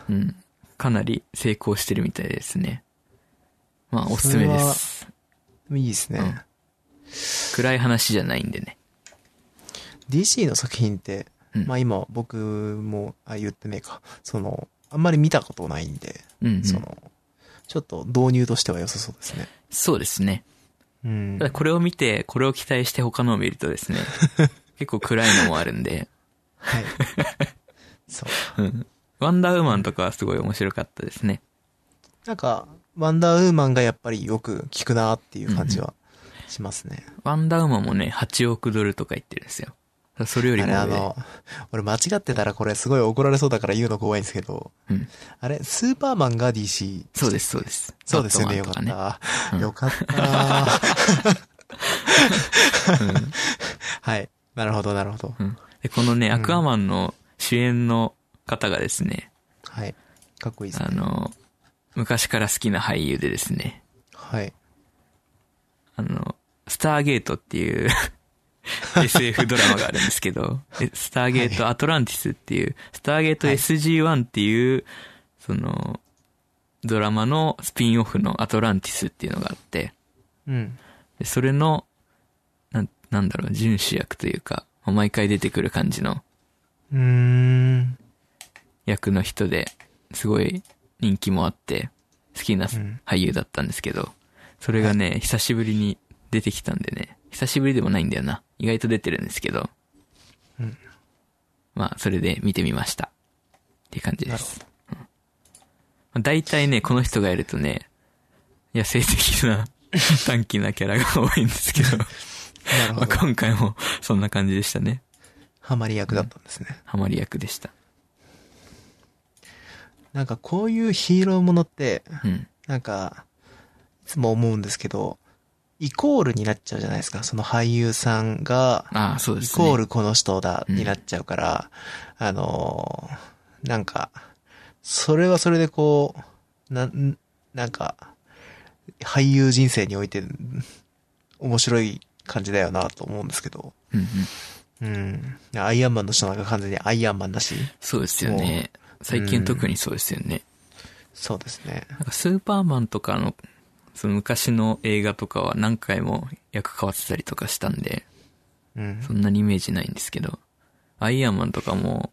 うん。かなり成功してるみたいですね。まあ、おすすめです。
いいですね。
うん暗い話じゃないんでね。
DC の作品って、
うん
まあ今僕も、あ、言ってねえか。その、あんまり見たことないんで、
うん、うん。
その、ちょっと導入としては良さそうですね。
そうですね。
うん
た。だこれを見て、これを期待して他のを見るとで すね、結構暗いのもあるんで、
はい。 そう。
うん。ワンダーウーマンとかはすごい面白かったですね。
なんか、ワンダーウーマンがやっぱりよく効くなっていう感じはしますね。
ワンダーウーマンもね、8億ドルとか言ってるんですよ。それより
あ
も
れ
上、
あの、俺間違ってたらこれすごい怒られそうだから言うの怖いんですけど、
うん。
あれ、スーパーマンが DC。
そうです、そうです。
そうですよね、よ
バ
か
ット
っ
マンと
た。
うん
よかった。
かね
はい。なるほど、なるほど。
うんうんでこのね、アクアマンの主演の方がですね、
はい。かっこいいです
あ
ね。
の、昔から好きな俳優でですね、
はい。
あの、スターゲートっていう SF ドラマがあるんですけど、えスターゲートアトランティスっていう、スターゲート
はい
SG-1 っていう、その、ドラマのスピンオフのアトランティスっていうのがあって、
うん。
でそれの、なん、なんだろう、準主役というか、毎回出てくる感じの
うーん。
役の人で、すごい人気もあって、好きな
うん
俳優だったんですけど、それがね、久しぶりに出てきたんでね、久しぶりでもないんだよな。意外と出てるんですけど
うん、
まあ、それで見てみました。っていう感じで
なるほ
す。うんまあ大体ね、この人がいるとね、野生的 な短気なキャラが多いんですけど、
なる
ま
ほ
あ
ど。
今回もそんな感じでしたね。
ハマり役だったんですね。
ハマり役でした。
なんかこういうヒーローものって、
うん。
なんか、いつも思うんですけど、イコールになっちゃうじゃないですか。その俳優さんが、
ああ、そうで
イ
すね。
コールこの人だ、
うん
になっちゃうから、あのーなんか、それはそれでこう、なん、なんか、俳優人生において、面白い感じだよなと思うんですけど。
うんうん。
うん。アイアンマンの人なんか完全にアイアンマンだし。
そうですよね。最近特にそうですよね。
そうですね。
なんかスーパーマンとかの、その昔の映画とかは何回も役変わってたりとかしたんで、
うん。
そんなにイメージないんですけど、アイアンマンとかも、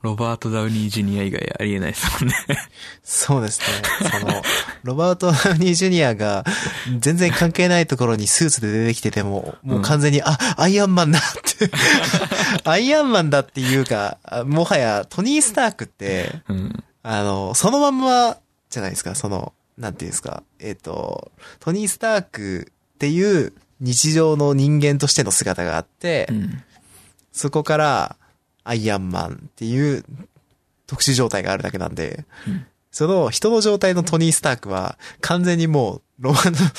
ロバート・ダウニー・ジュニア以外ありえないですもんね。
そうですね。その、ロバート・ダウニー・ジュニアが全然関係ないところにスーツで出てきてても、もう完全に、あ、アイアンマンだって。 アイアンマンだっていうか、あもはやトニー・スタークって、
うん。
あの、そのまんまじゃないですか、その、なんていうんですか、えっ、と、トニー・スタークっていう日常の人間としての姿があって、
うん。
そこから、アイアンマンっていう特殊状態があるだけなんで、
うん
その人の状態のトニー・スタークは完全にもうロマン
そう
の、
で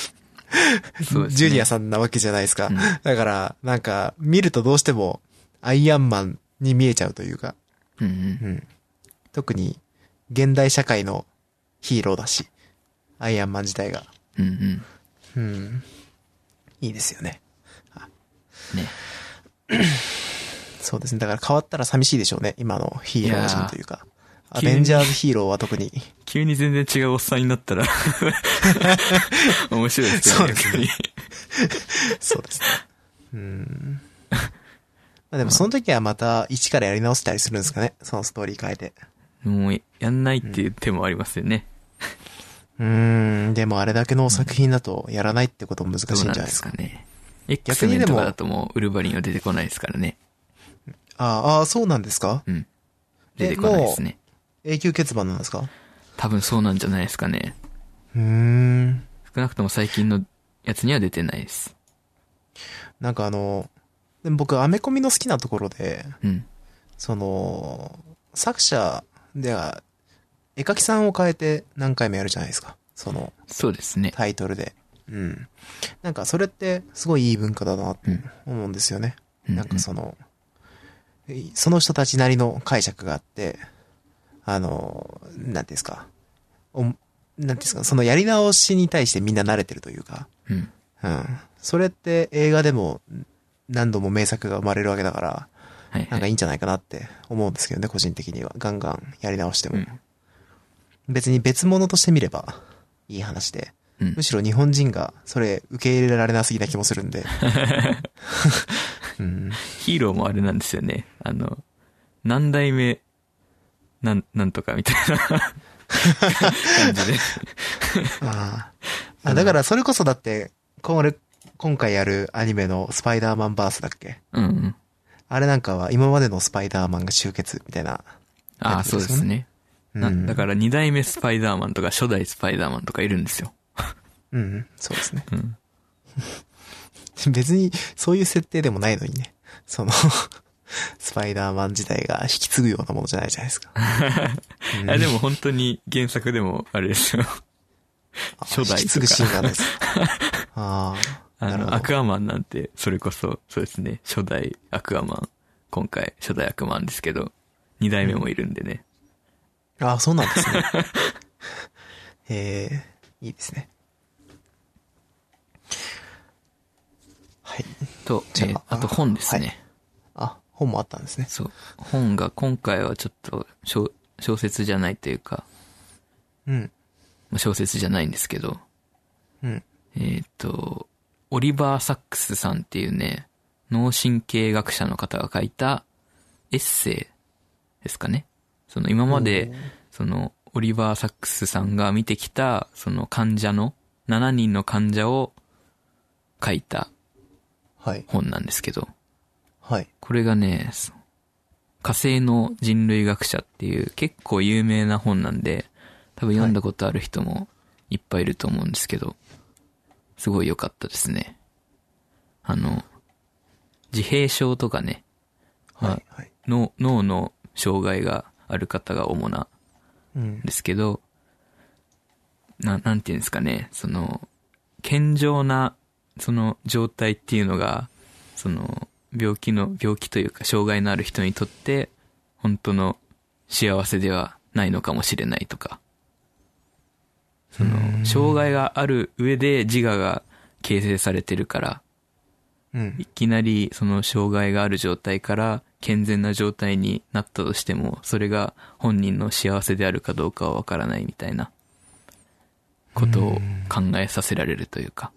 すね
ジュニアさんなわけじゃないですか。
うん
だから、なんか見るとどうしてもアイアンマンに見えちゃうというか、
うんうん。
うん特に現代社会のヒーローだし、アイアンマン自体が。
うんうん。
うん、いいですよね。
ね。
そうですね。だから変わったら寂しいでしょうね。今のヒーロー陣というか。
やー
アベンジャーズヒーローは特に。
急に全然違うおっさんになったら 面白いですけ
そう
ど
で
ね、
すね
逆に。
そうですね。 うん。まあでもその時はまた一からやり直したりするんですかね。そのストーリー変えて。
もう、やんないっていう手もありますよね。
うーん。でもあれだけの作品だとやらないってことも難しいん
ど
じゃ
うなん
ない
で
です
す
か。
かね。X
逆に
メ
でも
ンとかだともう、ウルヴァリンは出てこないですからね。
ああああ、そうなんですか
うん。
え
出てこないですね。
永久欠番なんですか
多分そうなんじゃないですかね。
うーん。
少なくとも最近のやつには出てないです。
なんかあの、でも僕、アメコミの好きなところで、
うん。
その、作者では、絵描きさんを変えて何回もやるじゃないですか。その、
そうですね。
タイトルで。うん。なんかそれって、すごいいい文化だなって思うんですよね。
う
なんかその、その人たちなりの解釈があって、あの、なんていうんですか、おなんていうんですか、そのやり直しに対してみんな慣れてるというか、
うん。
うん。それって映画でも何度も名作が生まれるわけだから、
はい
なん
は
かい
い。
いんじゃないかなって思うんですけどね、個人的には。ガンガンやり直しても。
うん
別に別物として見ればいい話で。
うん
む。しろ日本人がそれ受け入れられなすぎな気もするんで。うん、
ヒーローもあれなんですよね。あの、何代目、なん、なんとかみたい な感じで。
あーあ。だからそれこそだって、これ、今回やるアニメのスパイダーマンバースだっけ
うんうん。
あれなんかは今までのスパイダーマンが集結みたいな。
ああ、そうですね。
うん、
なだから二代目スパイダーマンとか初代スパイダーマンとかいるんですよ。
うん、そうですね。
うん。
別に、そういう設定でもないのにね。その、 スパイダーマン自体が引き継ぐようなものじゃないじゃないですか。うん
あでも本当に原作でもあれですよ。
あ
初代とか
引き継ぐシーンが ないです。ああ。
あ
なるほ
の、
ど
ア。クアマン なんて、それこそ、そうですね、初代アクアマン、今回、初代アクアマンですけど、二代目もいるんでね。
ああ、そうなんですね。 ええいいですね。はい。
と、え
じゃあ
ーあと本ですね。
あ、本もあったんですね。
そう。本が今回はちょっと小、小説じゃないというか、
うん。
まあ小説じゃないんですけど、
うん。
えっ、と、オリバー・サックスさんっていうね、脳神経学者の方が書いたエッセイですかね。その今まで、その、オリバー・サックスさんが見てきた、その患者の、7人の患者を書いた
はい。
本なんですけど、
はい。
これがね、そ火星の人類学者っていう結構有名な本なんで、多分読んだことある人もいっぱいいると思うんですけど、すごい良かったですね。あの、自閉症とかね、まあ
はい。はい。
脳脳の障害がある方が主な
うん。
ですけど、な、なんていうんですかね、その、健常な、その状態っていうのが、その、病気の、病気というか、障害のある人にとって、本当の幸せではないのかもしれないとか、その
う、ん
障害がある上で自我が形成されてるから、
うん
い。きなりその障害がある状態から健全な状態になったとしても、それが本人の幸せであるかどうかはわからないみたいなことを考えさせられるというか。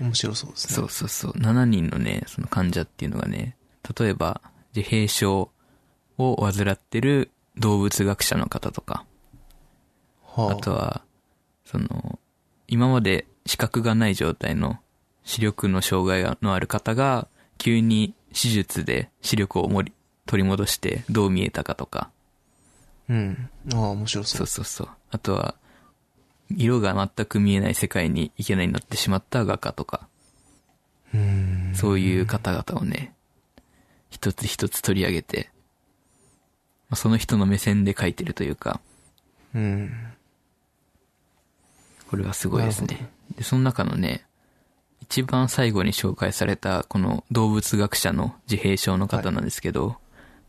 面白そうですね。
そうそうそう。7人のね、その患者っていうのがね、例えば自閉症を患ってる動物学者の方とか、
は
あとは、その、今まで視覚がない状態の視力の障害のある方が、急に手術で視力をもり取り戻してどう見えたかとか、
うん。ああ、面白そ。
そううそうそう。あとは、色が全く見えない世界に行けないようになってしまった画家とか、
うん。
そういう方々をね、一つ一つ取り上げて、まあその人の目線で描いてるというか、
うん。
これはすごいですね。で、その中のね、一番最後に紹介された、この動物学者の自閉症の方なんですけど、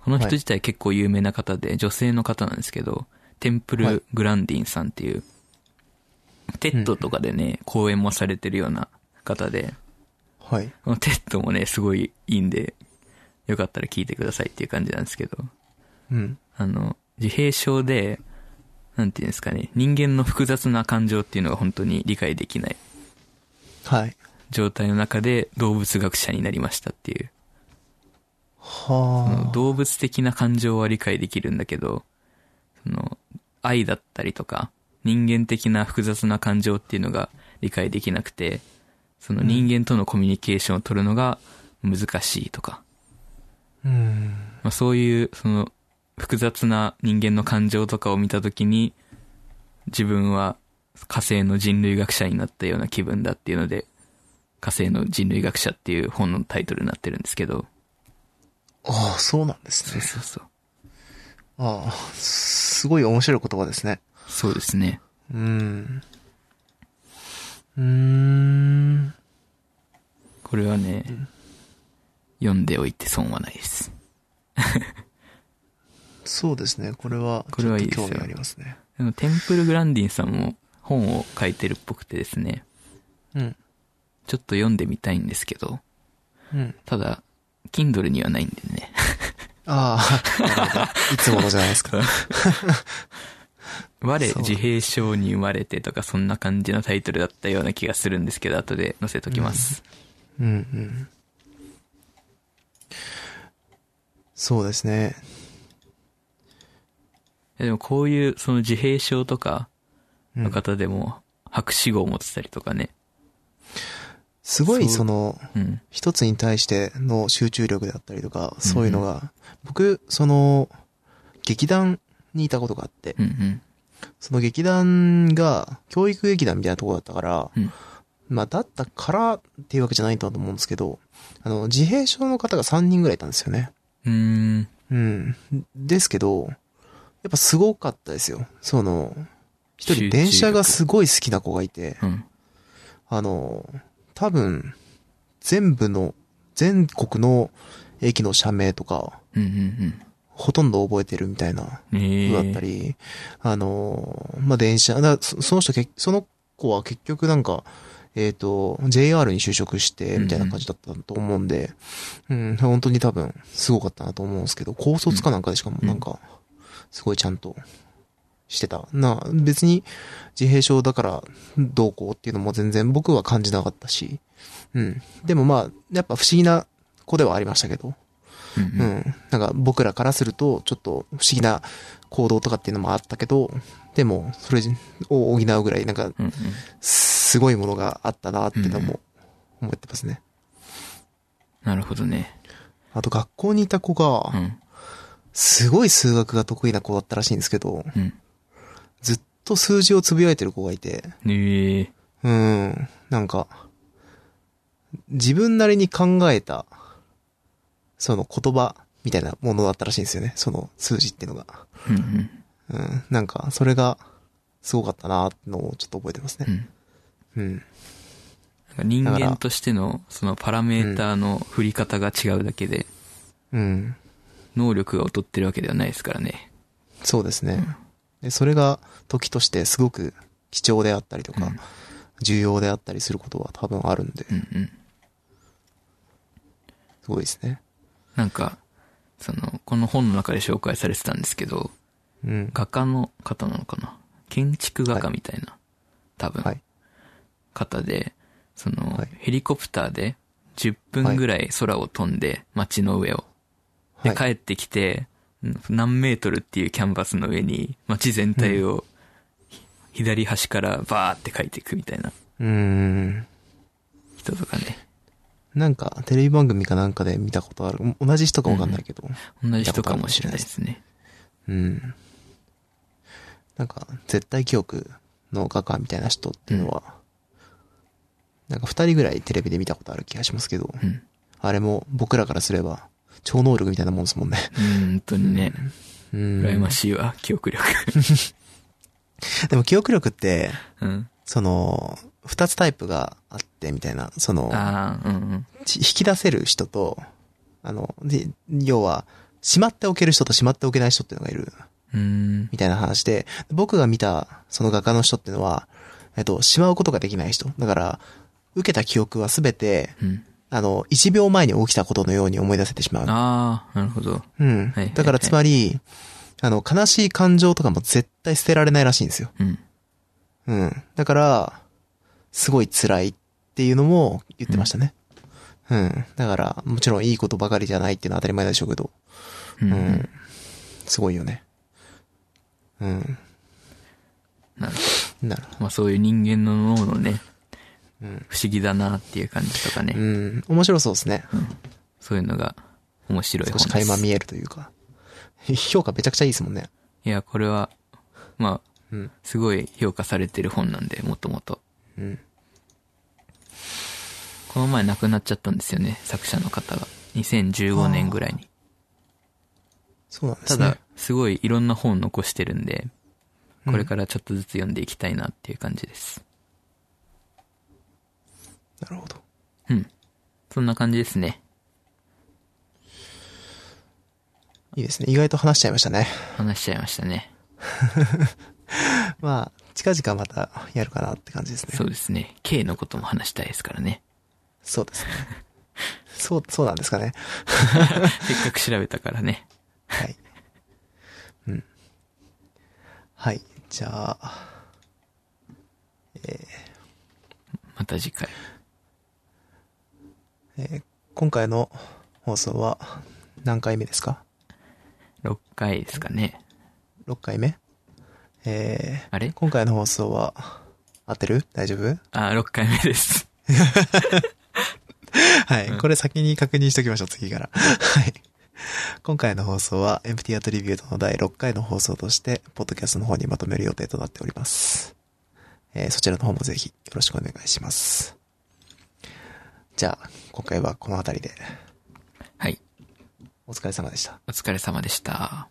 この人
はい
自体結構有名な方で、女性の方なんですけど、テンプ
はい
ル・グランディンさんっていう、テッドとかでね、講演もされてるような方で、
はい。
このテッドもね、すごいいいんで、よかったら聞いてくださいっていう感じなんですけど、
うん。
あの、自閉症で、なんていうんですかね、人間の複雑な感情っていうのが本当に理解できない
はい。
状態の中で動物学者になりましたっていう。そ
は
の動物的な感情は理解できるんだけど、その、愛だったりとか、人間的な複雑な感情っていうのが理解できなくて、その人間とのコミュニケーションを取るのが難しいとか、
あ。うん。
まあ、そういう、その、複雑な人間の感情とかを見たときに、自分は火星の人類学者になったような気分だっていうので、火星の人類学者っていう本のタイトルになってるんですけど、
ああ、そうなんです
そう
ね。
そうそう。
ああ、すごい面白い言葉ですね。
そうですね。
うん。うーん。
これはね、読んでおいて損はないです。
そうですね。これは、
こ
ち
れ
ょ
は
っと
いいですよ
興味ありますね。
でもテンプル・グランディンさんも本を書いてるっぽくてですね、
うん。
ちょっと読んでみたいんですけど、
うん。
ただ、Kindle にはないんでね。
ああ、なるほ ど。いつものじゃないですか。
我
そう
自閉症に生まれてとかそんな感じのタイトルだったような気がするんですけど後で載せときます、
うんうん。そうですね。
でもこういうその自閉症とか
うん
の方でも博士号を持ってたりとかね
すごい
そう
その、
うん
一つに対しての集中力であったりとか、そういうのが、僕、その、劇団にいたことがあって、
うんうん
その劇団が、教育劇団みたいなとこだったから、
うん
まあ、だったからっていうわけじゃないとは思うんですけど、あの、自閉症の方が3人ぐらいいたんですよね。
うーん
うん。ですけど、やっぱすごかったですよ。その、一
集中
人
力
電車がすごい好きな子がいて、
うん
あの、多分、全部の、全国の駅の社名とか、
うんうん
ほとんど覚えてるみたいな
うんええ
子だったり、あの、まあ、電車、だからそその人け、その子は結局なんか、えっ、と、JR に就職して、みたいな感じだったと思うんで、うん、本当に多分、すごかったなと思うんですけど、高卒かなんかでしかも、
うん
なんか、すごいちゃんとしてた。な、別に、自閉症だから、どうこうっていうのも全然僕は感じなかったし、うん。でもまあ、やっぱ不思議な子ではありましたけど、
うん
う
うん
ん。なんか僕らからすると、ちょっと不思議な行動とかっていうのもあったけど、でも、それを補うぐらい、なんか、
うんうん
すごいものがあったなってのも思ってますね。
なるほどね
あと、学校にいた子
う
が、
ん
すごい数学が得意な子だったらしいんですけど、
うん
ずっと数字をつぶやいてる子がいて、
ええ
うん。なんか、自分なりに考えた、その言葉みたいなものだったらしいんですよね。その数字っていうのが。
うんうん
うん。なんか、それが、すごかったなってのをちょっと覚えてます
う
ね。
ん
うん。
人
だから
間としてのそのパラメーターの振り方が違うだけで
うん。
能力が劣ってるわけではないですからね
そうですね。で、それが、時としてすごく貴重であったりとか、
うん
重要であったりすることは多分あるんで、
うんうん
すごいですね。
なんか、その、この本の中で紹介されてたんですけど、
うん。
画家の方なのかな建築画家みたいな、多分、
はい。
方で、その、
はい
ヘリコプターで10分ぐらい空を飛んで、街の上を。で、
はい。
帰ってきて、うん何メートルっていうキャンバスの上に、街全体を、ひ左端からバーって描いていくみたいな
うーん。
人とかね。
なんか、テレビ番組かなんかで見たことある。同じ人かわかんないけど。
同じ人かもしれないですね。
うん。なんか、絶対記憶の画家みたいな人っていうのは、なんか二人ぐらいテレビで見たことある気がしますけど、
うん。
あれも僕らからすれば、超能力みたいなもんですもんね。
うん、本当にね、
うん。
羨ましいわ、記憶力。
でも記憶力って、
うん。
その、二つタイプがあってみたいな、その、
ああ、うんうん。
ち引き出せる人と、あの、で、要は、しまっておける人としまっておけない人っていうのがいる。
うーん。
みたいな話で、僕が見たその画家の人っていうのは、えっと、しまうことができない人。だから、受けた記憶はすべて、
うん。
あの、1秒前に起きたことのように思い出せてしまう。
ああ、なるほど。
うん
はいはい。
だからつまり、あの、悲しい感情とかも絶対捨てられないらしいんですよ。
うん。
うん。だから、すごい辛いっていうのも言ってましたね。うん。だから、もちろんいいことばかりじゃないっていうのは当たり前でしょうけど、
う。
うんん。
うん
すごいよね。うん。
なるほ
なるほ
ど。まあそういう人間の脳のね、
うん
不思議だなっていう感じとかね、
ど。うん。面白そうですね。
そういうのが面白い
少
本
し
で
垣間
す。
見えるというか。評価めちゃくちゃいいですもんね。
いや、これは、まあ、
うん。
すごい評価されてる本なんで、もともと。
うん。
この前亡くなっちゃったんですよね、作者の方が。2015年ぐらいに。
そうなんで
た
すね。
だ、すごいいろんな本残してるんで、これからちょっとずつ読んでいきたいなっていう感じです。
なるほど。
うん。そんな感じですね。
いいですね。意外と話しちゃいましたね。
話しちゃいましたね。
まあ、近々またやるかなって感じですね。
そうですね。K のことも話したいですからね。
そうですね。 そう、そうなんですかね。
せっかく調べたからね。
はい。うん。はい。じゃあ、
また次回。
今回の放送は何回目ですか
6回ですかね。
?6 回目え
あれ
ー、今回の放送は、合ってる大丈夫
あ、6回目です。
はい。これ先に確認しときましょう、次から。はい。今回の放送は、エンプティアトリビュートの第6回の放送として、ポッドキャストの方にまとめる予定となっております。えーそちらの方もぜひよろしくお願いします。じゃあ、今回はこの辺りで、
はい。
お疲れ様でした。
お疲れ様でした。